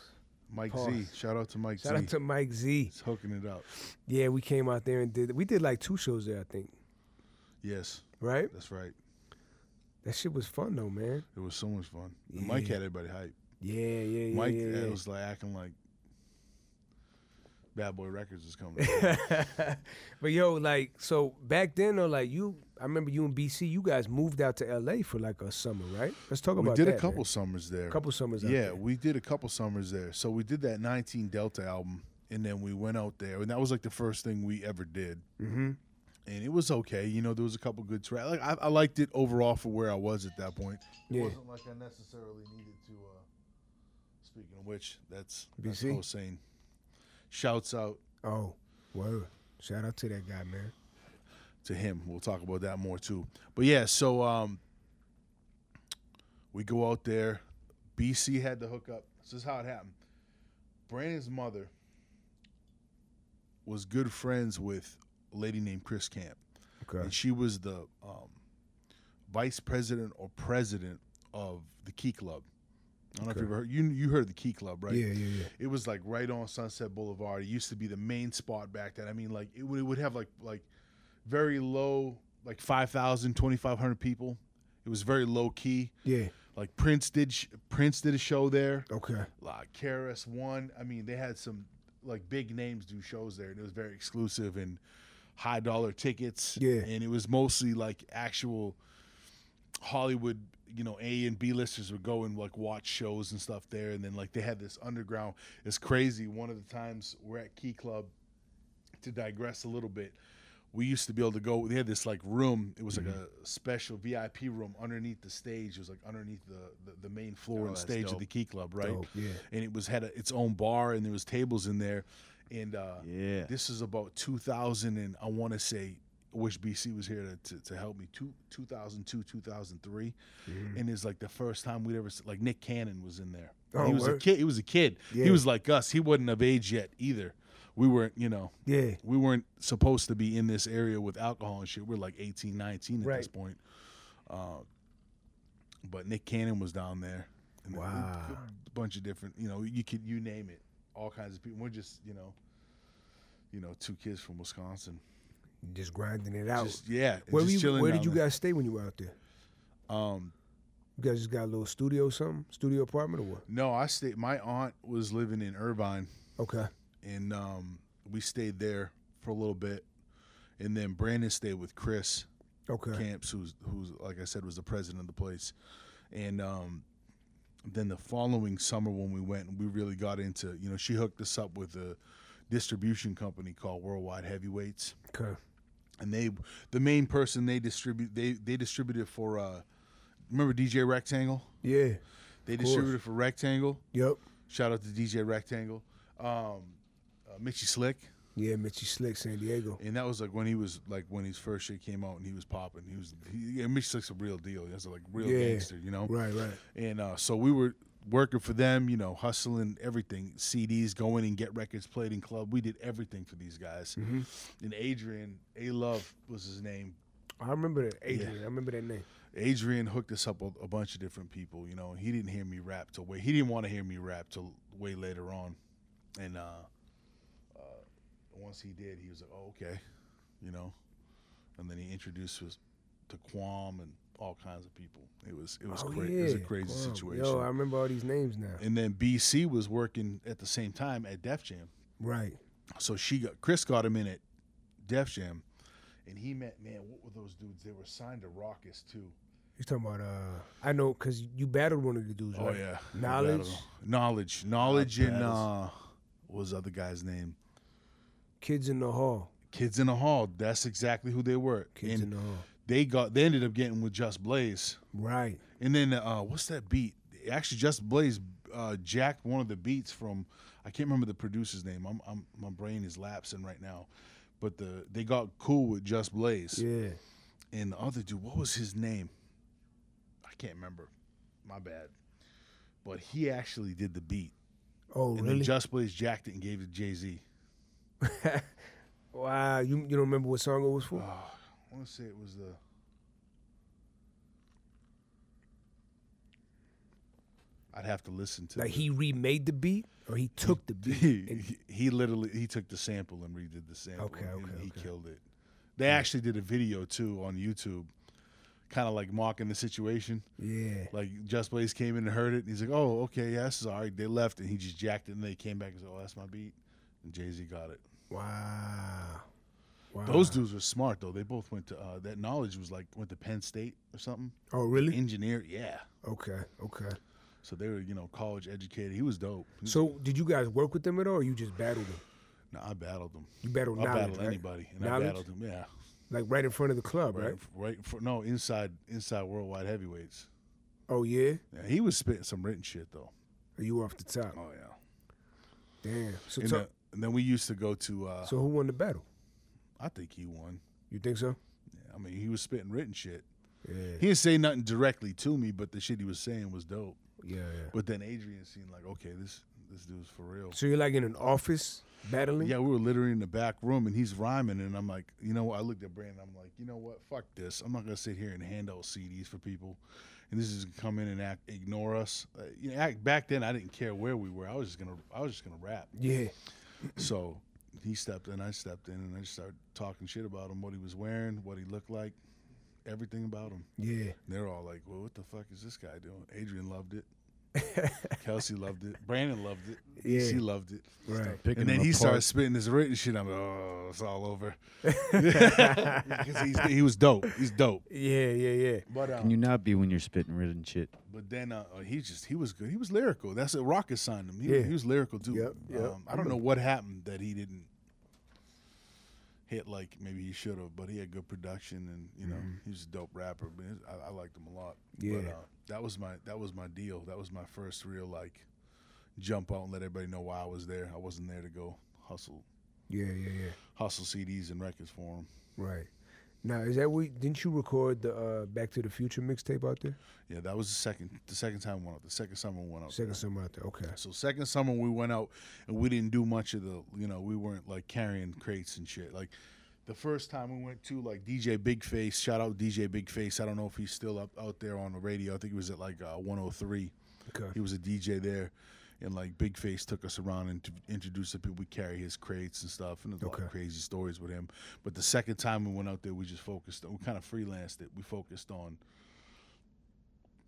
Speaker 11: Mike Z.
Speaker 9: Pause.
Speaker 11: Shout out to Mike
Speaker 9: Shout
Speaker 11: Z.
Speaker 9: out to Mike Z.
Speaker 11: He's hooking it up.
Speaker 9: Yeah, we came out there and did. We did like two shows there, I think.
Speaker 11: Yes,
Speaker 9: Right?
Speaker 11: that's right.
Speaker 9: That shit was fun though, man.
Speaker 11: It was so much fun. And Mike had everybody hype.
Speaker 9: Yeah, yeah, yeah.
Speaker 11: Mike
Speaker 9: yeah,
Speaker 11: uh,
Speaker 9: yeah.
Speaker 11: was like acting like Bad Boy Records is
Speaker 9: [laughs]
Speaker 11: coming. out.
Speaker 9: But yo, like, so back then, though, like you, I remember you and BC, you guys moved out to LA for like a summer, right? Let's talk
Speaker 11: we
Speaker 9: about
Speaker 11: did
Speaker 9: that.
Speaker 11: a couple summers there.
Speaker 9: couple summers out
Speaker 11: Yeah,
Speaker 9: there.
Speaker 11: we did a couple summers there. So we did that 19 Delta album, and then we went out there, and that was like the first thing we ever did. Mm-hmm. And it was okay. You know, there was a couple good tracks. Like I, I liked it overall for where I was at that point. It
Speaker 9: Yeah.
Speaker 11: wasn't like I necessarily needed to. Uh, speaking of which, that's, that's
Speaker 9: BC?
Speaker 11: Hossein. Shouts out
Speaker 9: Man. Oh, word! Shout out to that guy, man.
Speaker 11: to him. We'll talk about that more too. But yeah, so um, we go out there. BC had the hookup. This is how it happened. Brandon's mother was good friends with a lady named Chris Camp,
Speaker 9: Okay.
Speaker 11: and she was the um, vice president or president of the Key Club. I don't know if you ever heard you you heard of the Key Club, right?
Speaker 9: Yeah, yeah, yeah.
Speaker 11: It was like right on Sunset Boulevard. It used to be the main spot back then. I mean, like it would, it would have like like very low, like 5,000, 2,500 people. It was very low key.
Speaker 9: Yeah.
Speaker 11: Like Prince did sh- Prince did a show there.
Speaker 9: Okay.
Speaker 11: Like KRS One. I mean, they had some like big names do shows there, and it was very exclusive and high dollar tickets.
Speaker 9: Yeah.
Speaker 11: and it was mostly like actual Hollywood. You know, A and B listers would go and like watch shows and stuff there, and then like they had this underground. It's crazy. One of the times we're at Key Club. To digress a little bit, we used to be able to go. They had this like room. It was like a special VIP room underneath the stage. It was like underneath the the, the main floor and
Speaker 3: that's
Speaker 11: stage of
Speaker 3: dope.
Speaker 11: the Key Club, right?
Speaker 9: Dope, yeah.
Speaker 11: And it was had a, its own bar, and there was tables in there. And uh,
Speaker 3: Yeah.
Speaker 11: this is about 2000, and I want to say, I wish BC was here to, to, to help me. Two, 2002, 2003,
Speaker 9: Mm.
Speaker 11: and it's like the first time we'd ever s- like Nick Cannon was in there.
Speaker 9: Oh,
Speaker 11: he was a
Speaker 9: word.
Speaker 11: kid. He was a kid.
Speaker 9: Yeah.
Speaker 11: He was like us. He wasn't of age yet either. We weren't, you know
Speaker 9: Yeah.
Speaker 11: we weren't supposed to be in this area with alcohol and shit. We're like 18, 19 at this
Speaker 9: Right.
Speaker 11: point. Uh, but Nick Cannon was down there. And
Speaker 9: Wow.
Speaker 11: A bunch of different, you know, you could you name it, all kinds of people. We're just, you know, you know, two kids from Wisconsin.
Speaker 9: Just grinding it out.
Speaker 11: Just yeah, and
Speaker 9: where
Speaker 11: just
Speaker 9: were you,
Speaker 11: chilling
Speaker 9: Where did
Speaker 11: down
Speaker 9: you
Speaker 11: there.
Speaker 9: guys stay when you were out there?
Speaker 11: Um,
Speaker 9: You guys just got a little studio, or something, studio apartment or what?
Speaker 11: no, I stayed. My aunt was living in Irvine,
Speaker 9: Okay.
Speaker 11: and um, we stayed there for a little bit, and then Brandon stayed with Chris.
Speaker 9: Okay.
Speaker 11: Camps, who's who's like I said was the president of the place, and um, then the following summer when we went, we really got into you know she hooked us up with a distribution company called Worldwide Heavyweights,
Speaker 9: Okay.
Speaker 11: and they the main person they distribute they they distributed for uh, remember DJ Rectangle
Speaker 9: Yeah.
Speaker 11: they distributed for Rectangle
Speaker 9: Yep.
Speaker 11: shout out to DJ Rectangle, um, uh, Mitchy Slick.
Speaker 9: Yeah, Mitchy Slick, San Diego.
Speaker 11: And that was like when he was like when his first shit came out and he was popping. He was he, yeah, Mitch Slick's a real deal. That's like real
Speaker 9: Yeah.
Speaker 11: gangster, you know.
Speaker 9: Right, right.
Speaker 11: And uh, so we were working for them, you know, hustling everything, CDs, going and get records played in club. We did everything for these guys.
Speaker 9: Mm-hmm.
Speaker 11: And Adrian, A Love was his name.
Speaker 9: I remember that. Adrian, I remember that name.
Speaker 11: Adrian hooked us up with a bunch of different people, you know. and He didn't hear me rap till way he didn't want to hear me rap till way later on, and uh, uh, once he did, he was like, "Oh, okay," you know. And then he introduced us to Quam and all kinds of people. It was it was
Speaker 9: Oh,
Speaker 11: cra- it was a
Speaker 9: yeah.
Speaker 11: crazy
Speaker 9: Wow.
Speaker 11: situation.
Speaker 9: Yo, I remember all these names now.
Speaker 11: and then BC was working at the same time at Def Jam,
Speaker 9: Right.
Speaker 11: so she got Chris got him in at Def Jam, And he met, man, what were those dudes? They were signed to Raucus too.
Speaker 9: You're talking about, uh, I know, because you battled one of the
Speaker 11: Oh,
Speaker 9: dudes, right? Knowledge,
Speaker 11: knowledge, knowledge, and
Speaker 3: battles.
Speaker 11: uh, what was the other guy's name?
Speaker 9: Kids in the Hall.
Speaker 11: Kids in the Hall. That's exactly who they were.
Speaker 9: Kids
Speaker 11: and
Speaker 9: in the Hall.
Speaker 11: They got. They ended up getting with Just Blaze.
Speaker 9: Right.
Speaker 11: And then uh, what's that beat? Actually, Just Blaze uh, jacked one of the beats from I can't remember the producer's name. I'm, I'm my brain is lapsing right now, but the they got cool with Just Blaze
Speaker 9: Yeah.
Speaker 11: and the other dude. What was his name? I can't remember. My bad. But he actually did the beat,
Speaker 9: Oh,
Speaker 11: and
Speaker 9: really?
Speaker 11: then Just Blaze jacked it and gave it to Jay Z.
Speaker 9: wow. You you don't remember what song it was for?
Speaker 11: Ah. I want to say it was the. I'd have to listen to.
Speaker 9: like
Speaker 11: the-
Speaker 9: he remade the beat, or he
Speaker 11: [laughs]
Speaker 9: took the beat.
Speaker 11: he,
Speaker 9: and-
Speaker 11: he literally he took the sample and redid the sample.
Speaker 9: Okay,
Speaker 11: and
Speaker 9: okay,
Speaker 11: he
Speaker 9: okay.
Speaker 11: killed it. They actually did a video too on YouTube, kind of like mocking the situation.
Speaker 9: yeah.
Speaker 11: Like Just Blaze came in and heard it, and he's like, "Oh, okay, yeah, this is all right." They left, and he just jacked it, and they came back and said, "Oh, that's my beat." And Jay Z got it.
Speaker 9: Wow. Wow.
Speaker 11: Those dudes were smart though. They both went to uh, that knowledge was like went to Penn State or something.
Speaker 9: Oh, really?
Speaker 11: Engineer, yeah.
Speaker 9: Okay. Okay.
Speaker 11: So they were, you know, college educated. He was dope.
Speaker 9: So, did you guys work with them at all, or you just battled them?
Speaker 11: No, I battled him.
Speaker 9: You battled
Speaker 11: I
Speaker 9: knowledge,
Speaker 11: battled
Speaker 9: right?
Speaker 11: anybody, and
Speaker 9: Knowledge?
Speaker 11: I battled him. Yeah,
Speaker 9: Like right in front of the club, right?
Speaker 11: right, right. For, no, inside, inside worldwide heavyweights.
Speaker 9: Oh yeah.
Speaker 11: Yeah, he was spitting some written shit though.
Speaker 9: Are you off the top?
Speaker 11: Oh yeah.
Speaker 9: Damn. So,
Speaker 11: And,
Speaker 9: so,
Speaker 11: then, and then we used to go to. Uh,
Speaker 9: so who won the battle?
Speaker 11: I think he won.
Speaker 9: You think so?
Speaker 11: Yeah, I mean, he was spitting written shit.
Speaker 9: Yeah.
Speaker 11: He didn't say nothing directly to me, but the shit he was saying was dope.
Speaker 9: Yeah. yeah.
Speaker 11: But then Adrian seemed like, okay, this this dude's for real.
Speaker 9: So you're like in an office battling?
Speaker 11: Yeah, we were literally in the back room and he's rhyming and I'm like, you know what? I looked at Brandon, I'm like, you know what? Fuck this. I'm not gonna sit here and hand out CDs for people. And this is gonna come in and act ignore us. Uh, you know, act, back then I didn't care where we were. I was just gonna I was just gonna rap.
Speaker 9: Yeah.
Speaker 11: So he stepped in, I stepped in, and I just started talking shit about him, what he was wearing, what he looked like, everything about him.
Speaker 9: Yeah.
Speaker 11: And they're all like, Well, what the fuck is this guy doing? Adrian loved it. Kelsey loved it. Brandon loved it.
Speaker 9: Yeah.
Speaker 11: She loved it.
Speaker 9: Right.
Speaker 3: Picking
Speaker 11: And then
Speaker 3: them
Speaker 11: he
Speaker 3: apart.
Speaker 11: starts spitting this written shit. I'm like, oh, it's all
Speaker 9: [laughs]
Speaker 11: over. [laughs] Because he's, he was dope. He's dope.
Speaker 9: Yeah. Yeah. Yeah.
Speaker 11: But uh,
Speaker 3: Can you not be when you're spitting written shit?
Speaker 11: but then uh, uh, he just he was good. He was lyrical. That's it. Rocket signed him. He,
Speaker 9: Yeah.
Speaker 11: he was lyrical too.
Speaker 9: Yep, yep.
Speaker 11: Um, I don't know what happened that he didn't hit like maybe he should have, but he had good production and you know he was a dope rapper. But his- I, I liked him a lot. But,
Speaker 9: Mm-hmm. Yeah.
Speaker 11: uh, that was my that was my deal. That was my first real like jump out and let everybody know why I was there. I wasn't there to go hustle
Speaker 9: Yeah. Yeah. Yeah.
Speaker 11: hustle CDs and records for him.
Speaker 9: Right. Now, is that what? Didn't you record the uh, Back to the Future mixtape out there?
Speaker 11: Yeah, that was the second the second time we went out. The second summer we went out.
Speaker 9: Second summer out there. Okay.
Speaker 11: So second summer we went out and we didn't do much of the you know we weren't like carrying crates and shit. Like the first time we went to like DJ Big Face, shout out DJ Big Face. I don't know if he's still up out there on the radio. I think he was at like uh, 103. He
Speaker 9: Okay.
Speaker 11: was a DJ there, and like Big Face took us around and t- introduced the people. We carry his crates and stuff, and there's a lot
Speaker 9: Okay.
Speaker 11: of crazy stories with him. But the second time we went out there, we just focused. We kind of freelanced it. We focused on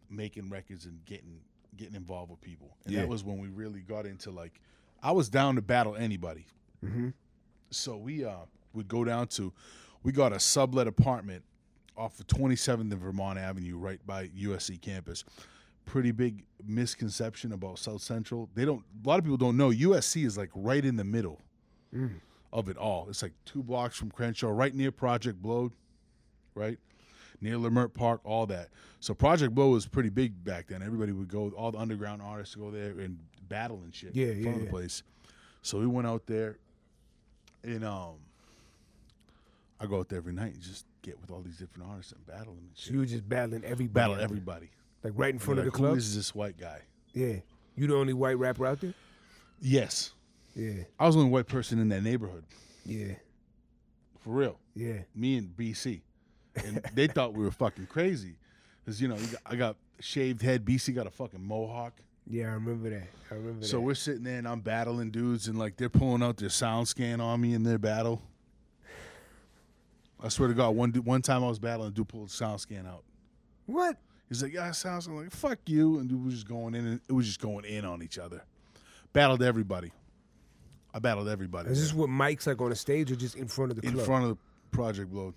Speaker 11: making records and getting getting involved with people, and
Speaker 9: Yeah.
Speaker 11: that was when we really got into like. I was down to battle anybody,
Speaker 9: Mhm.
Speaker 11: so we uh would go down to. We got a sublet apartment off of 27th and Vermont Avenue, right by USC campus. Pretty big misconception about South Central. They don't. A lot of people don't know USC is like right in the middle
Speaker 9: Mm.
Speaker 11: of it all. It's like two blocks from Crenshaw, right near Project Blow, right near Lemert Park, all that. So Project Blow was pretty big back then. Everybody would go. All the underground artists would go there and battle and shit.
Speaker 9: Yeah,
Speaker 11: in front
Speaker 9: yeah,
Speaker 11: of the
Speaker 9: yeah.
Speaker 11: place. So we went out there, and um, I go out there every night and just get with all these different artists and battle them and
Speaker 9: So
Speaker 11: shit.
Speaker 9: you were just battling everybody.
Speaker 11: battle
Speaker 9: out there?
Speaker 11: everybody.
Speaker 9: Like right in front
Speaker 11: Like,
Speaker 9: of the club.
Speaker 11: Who is this white guy?
Speaker 9: yeah. You the only white rapper out there.
Speaker 11: Yes,
Speaker 9: Yeah.
Speaker 11: I was the only white person in that neighborhood
Speaker 9: Yeah.
Speaker 11: for real.
Speaker 9: Yeah.
Speaker 11: me and BC, [laughs] and they thought we were fucking crazy, because you know you got, I got shaved head. BC got a fucking mohawk.
Speaker 9: Yeah. I remember that. I remember
Speaker 11: So
Speaker 9: that.
Speaker 11: we're sitting there and I'm battling dudes, and like they're pulling out their sound scan on me in their battle. I swear to God, one du- one time I was battling, a dude pulled sound scan out.
Speaker 9: What?
Speaker 11: He's like, "Yeah, sound scan." I'm like, "Fuck you!" And dude was just going in, and it was just going in on each other. Battled everybody. I battled everybody
Speaker 9: Is this what Mike's like on the stage or just in front of the
Speaker 11: in
Speaker 9: club?
Speaker 11: front of the Project Blow.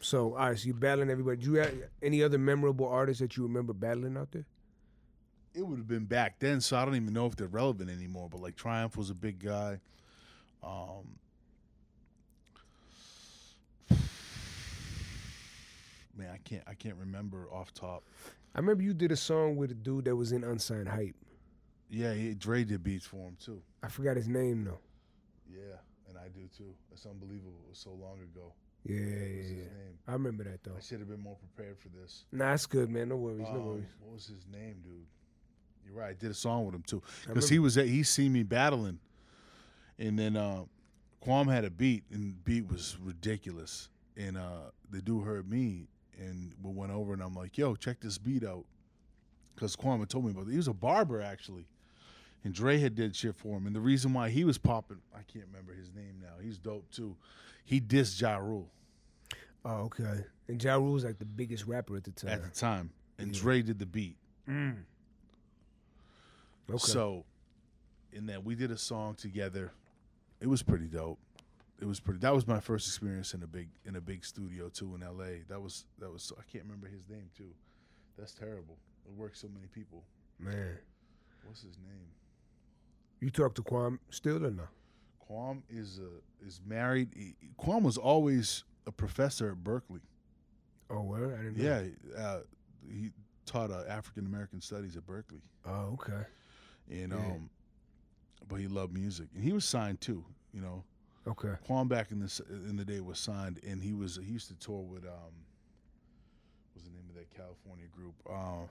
Speaker 9: So, all right, so you battling everybody. Do you have any other memorable artists that you remember battling out there?
Speaker 11: It would have been back then, so I don't even know if they're relevant anymore. But like Triumph was a big guy. Um, man, I can't I can't remember off top.
Speaker 9: I remember you did a song with a dude that was in Unsigned Hype.
Speaker 11: Yeah, he, Dre did beats for him too.
Speaker 9: I forgot his name though.
Speaker 11: Yeah, and I do too. It's unbelievable. It was so long ago.
Speaker 9: Yeah,
Speaker 11: What
Speaker 9: yeah,
Speaker 11: was
Speaker 9: yeah.
Speaker 11: his name?
Speaker 9: I remember that though.
Speaker 11: I should have been more prepared for this.
Speaker 9: Nah, it's good, man. No worries, no
Speaker 11: Um,
Speaker 9: worries.
Speaker 11: what was his name, dude? You're right. I did a song with him too, because he was at, he seen me battling, and then uh, Quam had a beat, and the beat was ridiculous, and uh, the dude heard me, and we went over, and I'm like, "Yo, check this beat out," because Quam had told me about it. He was a barber actually, and Dre had did shit for him, and the reason why he was popping, I can't remember his name now. He's dope too. He dissed Ja Rule.
Speaker 9: Oh, okay. And Ja Rule was like the biggest rapper at the time. Mm.
Speaker 11: at the time, and Dre did the beat.
Speaker 9: Okay.
Speaker 11: So, in that we did a song together, it was pretty dope. It was pretty. That was my first experience in a big in a big studio too in L.A. That was that was. I can't remember his name too. That's terrible. It worked so many people.
Speaker 9: man,
Speaker 11: What's his name?
Speaker 9: you talk to Kwame still or no?
Speaker 11: Quam is a, is married. He- Quam was always a professor at Berkeley.
Speaker 9: Oh, where? I didn't know.
Speaker 11: Yeah, uh, he taught uh, African American studies at Berkeley.
Speaker 9: Oh, okay.
Speaker 11: and um, but he loved music, and he was signed too. You know,
Speaker 9: Okay.
Speaker 11: Quan back in this in the day was signed, and he was he used to tour with um, what was the name of that California group? Um,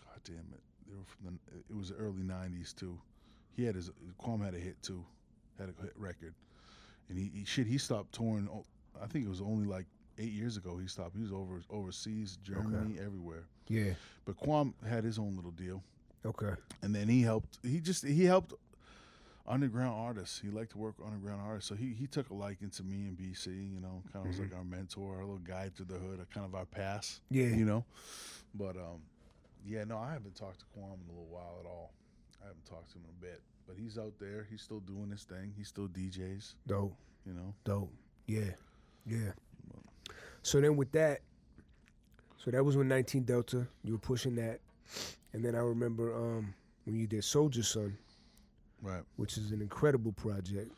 Speaker 11: God damn it, they were from the it was the early '90s too. He had his Quan had a hit too, had a hit record, and he, he shit he stopped touring. o- I think it was only like eight years ago he stopped. He was over overseas, Germany, everywhere.
Speaker 9: Yeah.
Speaker 11: But Quam had his own little deal,
Speaker 9: Okay.
Speaker 11: and then he helped. He just he helped underground artists. He liked to work with underground artists, so he he took a liking to me and BC. You know, kind of was like our mentor, our little guide through the hood, uh, kind of our pass.
Speaker 9: Yeah.
Speaker 11: you know. But um, yeah, no, I haven't talked to Quam in a little while at all. I haven't talked to him in a bit, but he's out there. He's still doing his thing. He still DJs.
Speaker 9: Dope.
Speaker 11: You know.
Speaker 9: Dope. Yeah. Yeah. So then with that, so that was when 19 Delta, you were pushing that. And then I remember um, when you did Soldier Son,
Speaker 11: Right.
Speaker 9: which is an incredible project.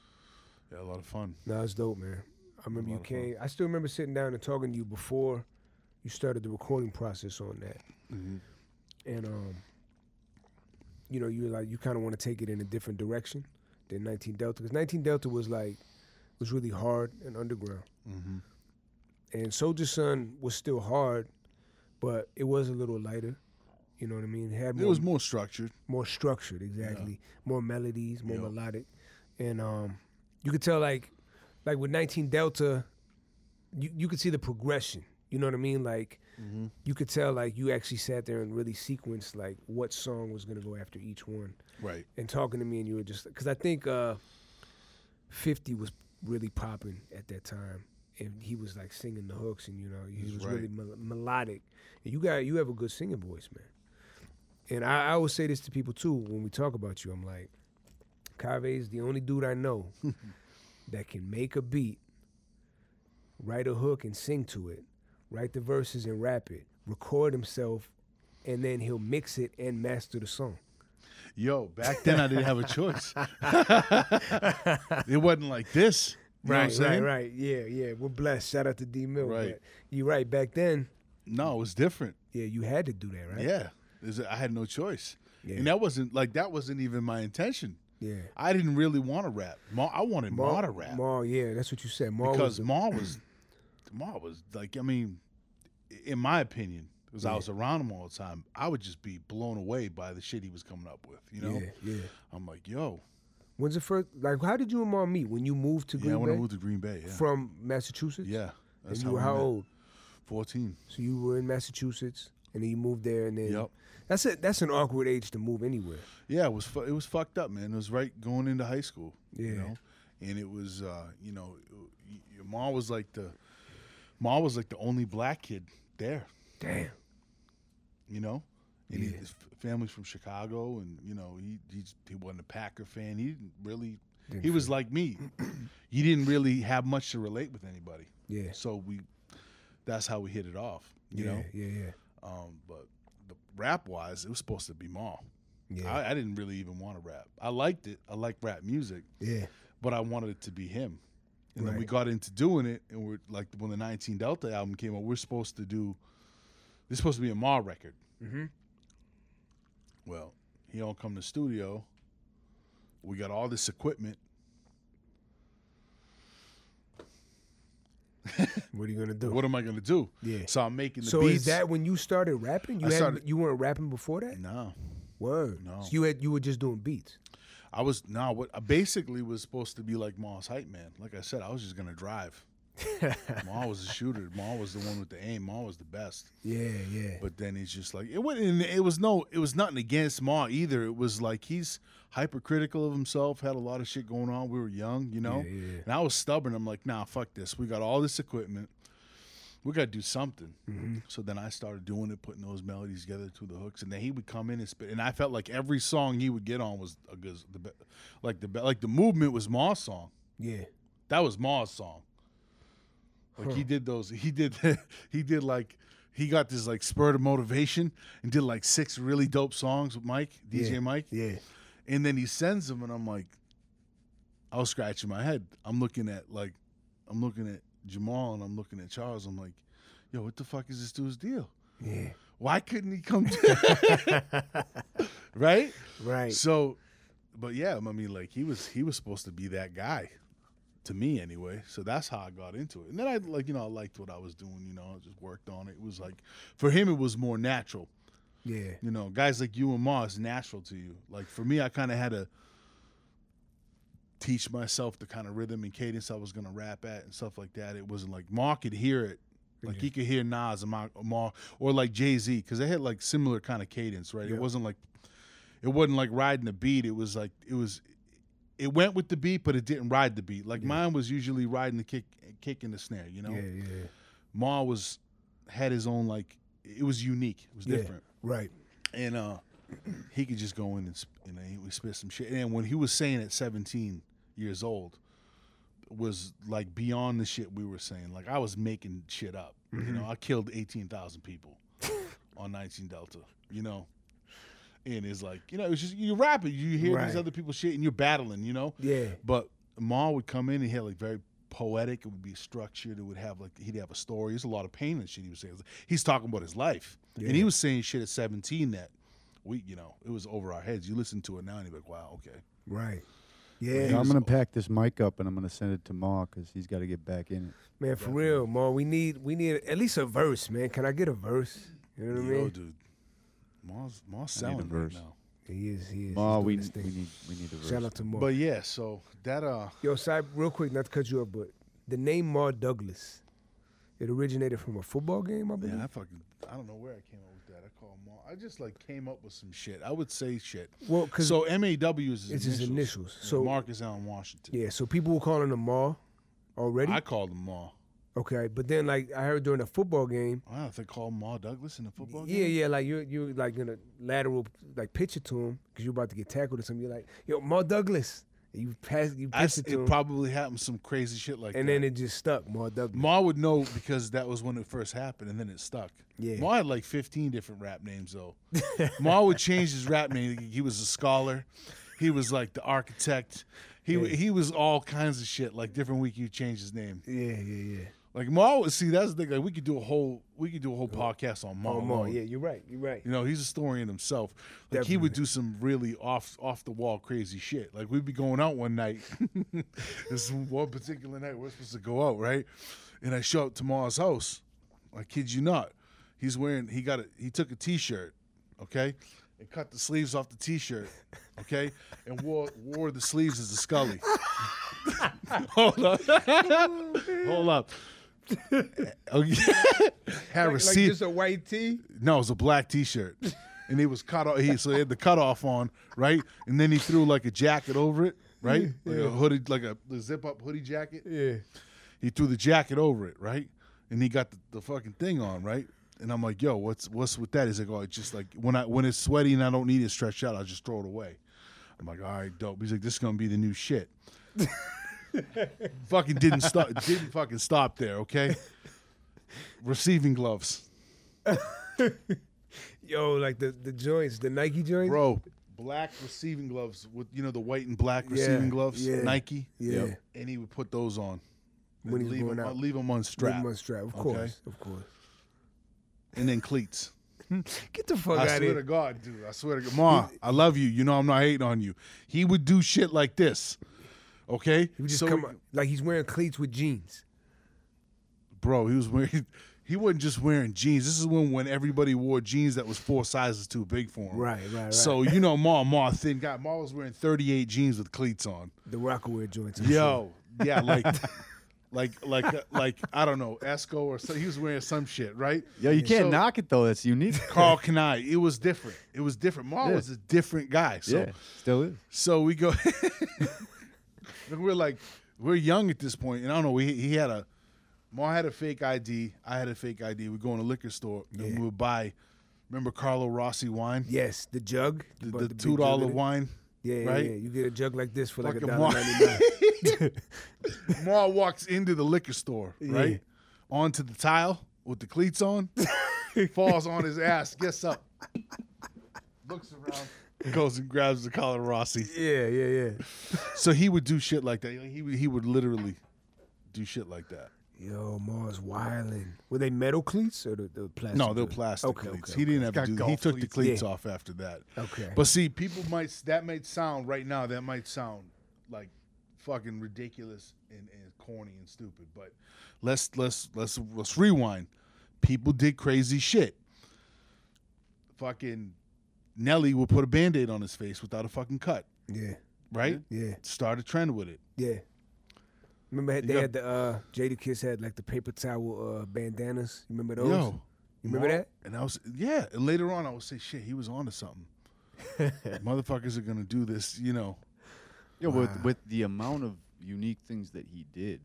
Speaker 11: Yeah, a lot of fun.
Speaker 9: Nah, it's dope, man. I remember you came. I still remember sitting down and talking to you before you started the recording process on that. And um, you know, you were like you kind of want to take it in a different direction than 19 Delta because 19 Delta was like was really hard and underground. And Soldier Son was still hard, but it was a little lighter. You know what I mean? It had
Speaker 11: It
Speaker 9: more
Speaker 11: was more structured.
Speaker 9: more structured exactly more melodies more melodic and um you could tell like like with 19 delta you, you could see the progression you know what i mean like you could tell like you actually sat there and really sequenced like what song was going to go after each one
Speaker 11: Right.
Speaker 9: and talking to me and you were just because i think uh 50 was really popping at that time and he was like singing the hooks and you know he was really mel- melodic and you got you have a good singing voice man and I, I always say this to people too when we talk about you i'm like Kave is the only dude i know that can make a beat write a hook and sing to it write the verses and rap it record himself and then he'll mix it and master the song
Speaker 11: Yo, back then I didn't have a [laughs] choice. it wasn't like this. You know what I'm
Speaker 9: Right, right,
Speaker 11: saying?
Speaker 9: right. Yeah, yeah. We're blessed. Shout out to D Mill.
Speaker 11: Right.
Speaker 9: but You're right. Back then,
Speaker 11: No, it was different.
Speaker 9: yeah, you had to do that, right?
Speaker 11: Yeah. Is it- I had no choice.
Speaker 9: Yeah.
Speaker 11: And that wasn't like that wasn't even my intention.
Speaker 9: Yeah.
Speaker 11: I didn't really want to rap. Ma, I wanted Ma, to rap
Speaker 9: Ma, yeah, that's what you said. Ma was
Speaker 11: because
Speaker 9: the-
Speaker 11: Ma was Ma was like I mean, in my opinion, because I was around him all the time, I would just be blown away by the shit he was coming up with. You know,
Speaker 9: Yeah, yeah.
Speaker 11: I'm like, yo,
Speaker 9: When's the first? Like, how did you and Ma meet? When you moved to Green
Speaker 11: yeah, when I
Speaker 9: Bay
Speaker 11: moved to Green Bay, yeah,
Speaker 9: from Massachusetts?
Speaker 11: yeah.
Speaker 9: And you were
Speaker 11: we
Speaker 9: how
Speaker 11: met.
Speaker 9: old?
Speaker 11: Fourteen.
Speaker 9: So you were in Massachusetts, and then you moved there, and then
Speaker 11: Yep.
Speaker 9: that's it. That's an awkward age to move anywhere.
Speaker 11: Yeah, it was fu- it was fucked up, man. It was right going into high school, you
Speaker 9: Yeah.
Speaker 11: know, and it was uh, you know, y- your mom was like the mom was like the only black kid there,
Speaker 9: Damn.
Speaker 11: you know, and he- his f- family's from Chicago, and you know he he he wasn't a Packer fan. He didn't really. he was like me. he didn't really have much to relate with anybody.
Speaker 9: Yeah.
Speaker 11: So we, that's how we hit it off. You
Speaker 9: yeah,
Speaker 11: know.
Speaker 9: yeah, yeah.
Speaker 11: Um, but the rap wise, it was supposed to be Maul.
Speaker 9: Yeah.
Speaker 11: I, I didn't really even want to rap. I liked it. I like rap music,
Speaker 9: Yeah.
Speaker 11: but I wanted it to be him. And then we
Speaker 9: Right.
Speaker 11: got into doing it, and we're like when the 19 Delta album came out, we're supposed to do. This supposed to be a Maul record. Mm-hmm. Well, he don't come to the studio. We got all this equipment.
Speaker 9: What are you gonna do?
Speaker 11: What am I gonna do?
Speaker 9: Yeah.
Speaker 11: So I'm making the
Speaker 9: so
Speaker 11: beats.
Speaker 9: is that when you started rapping? You
Speaker 11: I
Speaker 9: had
Speaker 11: started-
Speaker 9: you weren't rapping before that?
Speaker 11: no?
Speaker 9: Word.
Speaker 11: No.
Speaker 9: So you had you were just doing beats.
Speaker 11: I was no. what I basically was supposed to be like Maul's hype man. Like I said, I was just gonna drive. Maul was a shooter. Maul was the one with the aim. Maul was the best.
Speaker 9: Yeah, yeah.
Speaker 11: But then he's just like it went. And it was no. It was nothing against Maul either. It was like he's hypercritical of himself. Had a lot of shit going on. We were young, you know. And I was stubborn. I'm like, nah, fuck this. We got all this equipment. We gotta do something. So then I started doing it, putting those melodies together to the hooks, and then he would come in and spit. And I felt like every song he would get on was a good, the be- like the be- like the movement was Maul's song.
Speaker 9: Yeah.
Speaker 11: That was Ma's song. Like he did those. He did. [laughs] he did like he got this like spurt of motivation and did like six really dope songs with Mike, DJ
Speaker 9: Yeah,
Speaker 11: Mike.
Speaker 9: yeah.
Speaker 11: And then he sends them, and I'm like, I was scratching my head. I'm looking at like, I'm looking at Jamal and I'm looking at Charles. I'm like, yo, what the fuck is this dude's deal?
Speaker 9: Yeah.
Speaker 11: Why couldn't he come?
Speaker 9: [laughs]
Speaker 11: to- [laughs] right.
Speaker 9: Right.
Speaker 11: So, but yeah, I mean, like he was he was supposed to be that guy, to me anyway. So that's how I got into it. And then I like you know I liked what I was doing. You know, I just worked on it. It was like for him it was more natural.
Speaker 9: yeah.
Speaker 11: You know, guys like you and Ma is natural to you. Like for me, I kind of had to teach myself the kind of rhythm and cadence I was gonna rap at and stuff like that. It wasn't like Ma could hear it. Like he could hear Nas and Ma, Ma or like Jay Z because they had like similar kind of cadence, right? It wasn't like it wasn't like riding the beat. It was like it was it went with the beat, but it didn't ride the beat. Like mine was usually riding the kick, kick and the snare. You know,
Speaker 9: Yeah, yeah.
Speaker 11: Ma was had his own like it was unique. It was
Speaker 9: Yeah.
Speaker 11: different
Speaker 9: Right.
Speaker 11: and uh, he could just go in and, sp- and he would spit some shit. And when he was saying at 17 years old, was like beyond the shit we were saying. Like I was making shit up. You know, I killed 18,000 people on 19 Delta. You know. And it's like you know, it's just you rapping, you hear
Speaker 9: Right.
Speaker 11: these other people shit, and you're battling, you know.
Speaker 9: Yeah.
Speaker 11: But Ma would come in and he had like very poetic. It would be structured. It would have like he'd have a story. There's a lot of pain and shit he was saying. He's talking about his life, and he was saying shit at 17 that we, you know, it was over our heads. You listen to it now and you're like, wow, okay.
Speaker 9: Right. Yeah.
Speaker 3: I'm gonna pack this mic up and I'm gonna send it to Ma because he's got to get back in it.
Speaker 9: Man, for real, man. We need we need at least a verse, man. Can I get a verse? You know what I
Speaker 11: Yo,
Speaker 9: mean?
Speaker 11: dude, Ma's Ma's selling right
Speaker 3: verse.
Speaker 11: now.
Speaker 9: He is. He is.
Speaker 3: Ma,
Speaker 9: he's
Speaker 3: we,
Speaker 9: doing his
Speaker 3: we
Speaker 9: thing.
Speaker 3: need we need a verse.
Speaker 9: Shout out to Mark.
Speaker 11: But yeah, so that uh,
Speaker 9: Yo, side real quick, not to cut you up, but the name Mar Douglas, it originated from a football game, I believe.
Speaker 11: man, I fucking I don't know where I came up with that. I call Ma. I just like came up with some shit. I would say shit.
Speaker 9: Well, 'cause
Speaker 11: so MAW is his initials.
Speaker 9: it's his initials. So-
Speaker 11: Marcus Allen Washington.
Speaker 9: Yeah, so people were calling him Mar already.
Speaker 11: I called him Ma.
Speaker 9: okay, but then like I heard during a football game,
Speaker 11: Wow, if they call Ma Douglas in the football
Speaker 9: yeah,
Speaker 11: game?
Speaker 9: yeah, like you you like gonna lateral like pitch it to him because you're about to get tackled or something. You're like, yo, Mar Douglas, and you pass you
Speaker 11: I
Speaker 9: pitch
Speaker 11: s
Speaker 9: it to
Speaker 11: it
Speaker 9: him,
Speaker 11: probably happened some crazy shit like
Speaker 9: and
Speaker 11: that.
Speaker 9: then it just stuck. Mar Douglas.
Speaker 11: Ma would know because that was when it first happened, and then it stuck.
Speaker 9: Yeah.
Speaker 11: Ma had like 15 different rap names though. [laughs] Ma would change his rap name. He was a scholar. He was like the architect. He he was all kinds of shit. Like different week, you change his name.
Speaker 9: yeah, yeah, yeah.
Speaker 11: Like Ma would see. That's the thing. Like we could do a whole we could do a whole podcast on Ma.
Speaker 9: Oh, Mar.
Speaker 11: alone.
Speaker 9: Yeah, you're right. You're right.
Speaker 11: You know, he's a story in himself. Like he would do some really off off the wall crazy shit. Like we'd be going out one night. [laughs] this one particular night we're supposed to go out, right? And I show up to Ma's house. I kid you not. He's wearing he got a he took a t shirt, okay? And cut the sleeves off the t shirt, okay? And wore wore the sleeves as a scully. [laughs] Hold up. [laughs] Hold
Speaker 9: [laughs]
Speaker 11: up. Okay. Had [laughs]
Speaker 9: Like, like
Speaker 11: receipt-
Speaker 9: just a white tee.
Speaker 11: no, it was a black T-shirt, and it was cut off. He so he had the cutoff on, right? And then he threw like a jacket over it, right? Like a hooded, like a, the zip-up hoodie jacket.
Speaker 9: Yeah.
Speaker 11: He threw the jacket over it, right? And he got the, the fucking thing on, right? And I'm like, yo, what's what's with that? He's like, oh, it's just like when I when it's sweaty and I don't need it stretched out, I just throw it away. I'm like, all right, dope. He's like, this is gonna be the new shit. fucking didn't stop. Didn't fucking stop there. Okay. Receiving gloves,
Speaker 9: Yo, like the, the joints, the Nike joints.
Speaker 11: bro. Black receiving gloves with you know the white and black receiving gloves,
Speaker 9: yeah,
Speaker 11: Nike.
Speaker 9: yeah.
Speaker 11: And he would put those on.
Speaker 9: When
Speaker 11: and
Speaker 9: he's
Speaker 11: leave
Speaker 9: going
Speaker 11: them,
Speaker 9: out.
Speaker 11: leave them
Speaker 9: Leave
Speaker 11: unstrapped,
Speaker 9: 'em unstrapped, of
Speaker 11: okay?
Speaker 9: course, of course.
Speaker 11: and then cleats.
Speaker 9: Get the fuck
Speaker 11: I
Speaker 9: out
Speaker 11: swear
Speaker 9: of here.
Speaker 11: to God, dude. I swear to God. Ma, I love you. You know I'm not hating on you. He would do shit like this. Okay?
Speaker 9: He would just
Speaker 11: So-
Speaker 9: come out- like he's wearing cleats with jeans.
Speaker 11: Bro, he was wearing [laughs] he wasn't just wearing jeans. This is when when everybody wore jeans that was four sizes too big for him.
Speaker 9: Right, right, right.
Speaker 11: So you know
Speaker 9: [laughs]
Speaker 11: Ma, Ma thin guy. Ma was wearing 38 jeans with cleats on.
Speaker 9: The Rockaware joints. I'm
Speaker 11: Yo. Yeah,
Speaker 3: [laughs]
Speaker 11: like like like like I don't know, Esco or so he was wearing some shit, right?
Speaker 3: Yeah, you can't
Speaker 11: So-
Speaker 3: knock it though. That's [laughs] unique.
Speaker 11: Carl Kanai. It was different. It was different. Ma
Speaker 3: Yeah.
Speaker 11: was a different guy. So
Speaker 3: yeah, still is.
Speaker 11: So we go. [laughs] and we're like, we're young at this point, and I don't know. We he had a, Ma had a fake ID. I had a fake ID. We go in a liquor store and we would buy. Remember Carlo Rossi wine,
Speaker 9: sure. Yes, the jug. You
Speaker 11: the,
Speaker 9: bought
Speaker 11: the
Speaker 9: big
Speaker 11: two
Speaker 9: jug
Speaker 11: dollar
Speaker 9: in it.
Speaker 11: wine.
Speaker 9: Yeah, yeah,
Speaker 11: right?
Speaker 9: yeah. You get a jug like this for like a
Speaker 11: Fucking
Speaker 9: dollar
Speaker 11: Mar-
Speaker 9: ninety
Speaker 11: [laughs]
Speaker 9: nine.
Speaker 11: Ma walks into the liquor store, right, onto the tile with the cleats on, falls on his ass, gets up, looks around, goes and grabs the Carlo Rossi.
Speaker 9: Yeah, yeah, yeah.
Speaker 11: So he would do shit like that. He would, he would literally do shit like that.
Speaker 9: Yo, Mars wildin'. Were they metal cleats or the, the plastic?
Speaker 11: No, they're
Speaker 9: cleats?
Speaker 11: plastic
Speaker 9: Okay,
Speaker 11: cleats.
Speaker 9: okay,
Speaker 11: he didn't
Speaker 9: okay.
Speaker 11: ever do. that. He took the cleats
Speaker 9: Yeah.
Speaker 11: off after that.
Speaker 9: Okay.
Speaker 11: But see, people might that might sound right now. That might sound like fucking ridiculous and, and corny and stupid. But let's let's let's let's rewind. People did crazy shit. Fucking Nelly would put a band-aid on his face without a fucking cut.
Speaker 9: Yeah,
Speaker 11: Right.
Speaker 9: yeah,
Speaker 11: Start a trend with it.
Speaker 9: yeah. Remember had- they
Speaker 11: got-
Speaker 9: had the uh, Jada Kiss had like the paper towel uh, bandanas. You remember those?
Speaker 11: Yo.
Speaker 9: you remember that?
Speaker 11: And I was yeah. And later on, I would say, shit, he was onto
Speaker 9: [laughs]
Speaker 11: something. Motherfuckers are gonna do this, you know.
Speaker 3: Yeah, with with the amount of unique things that he did,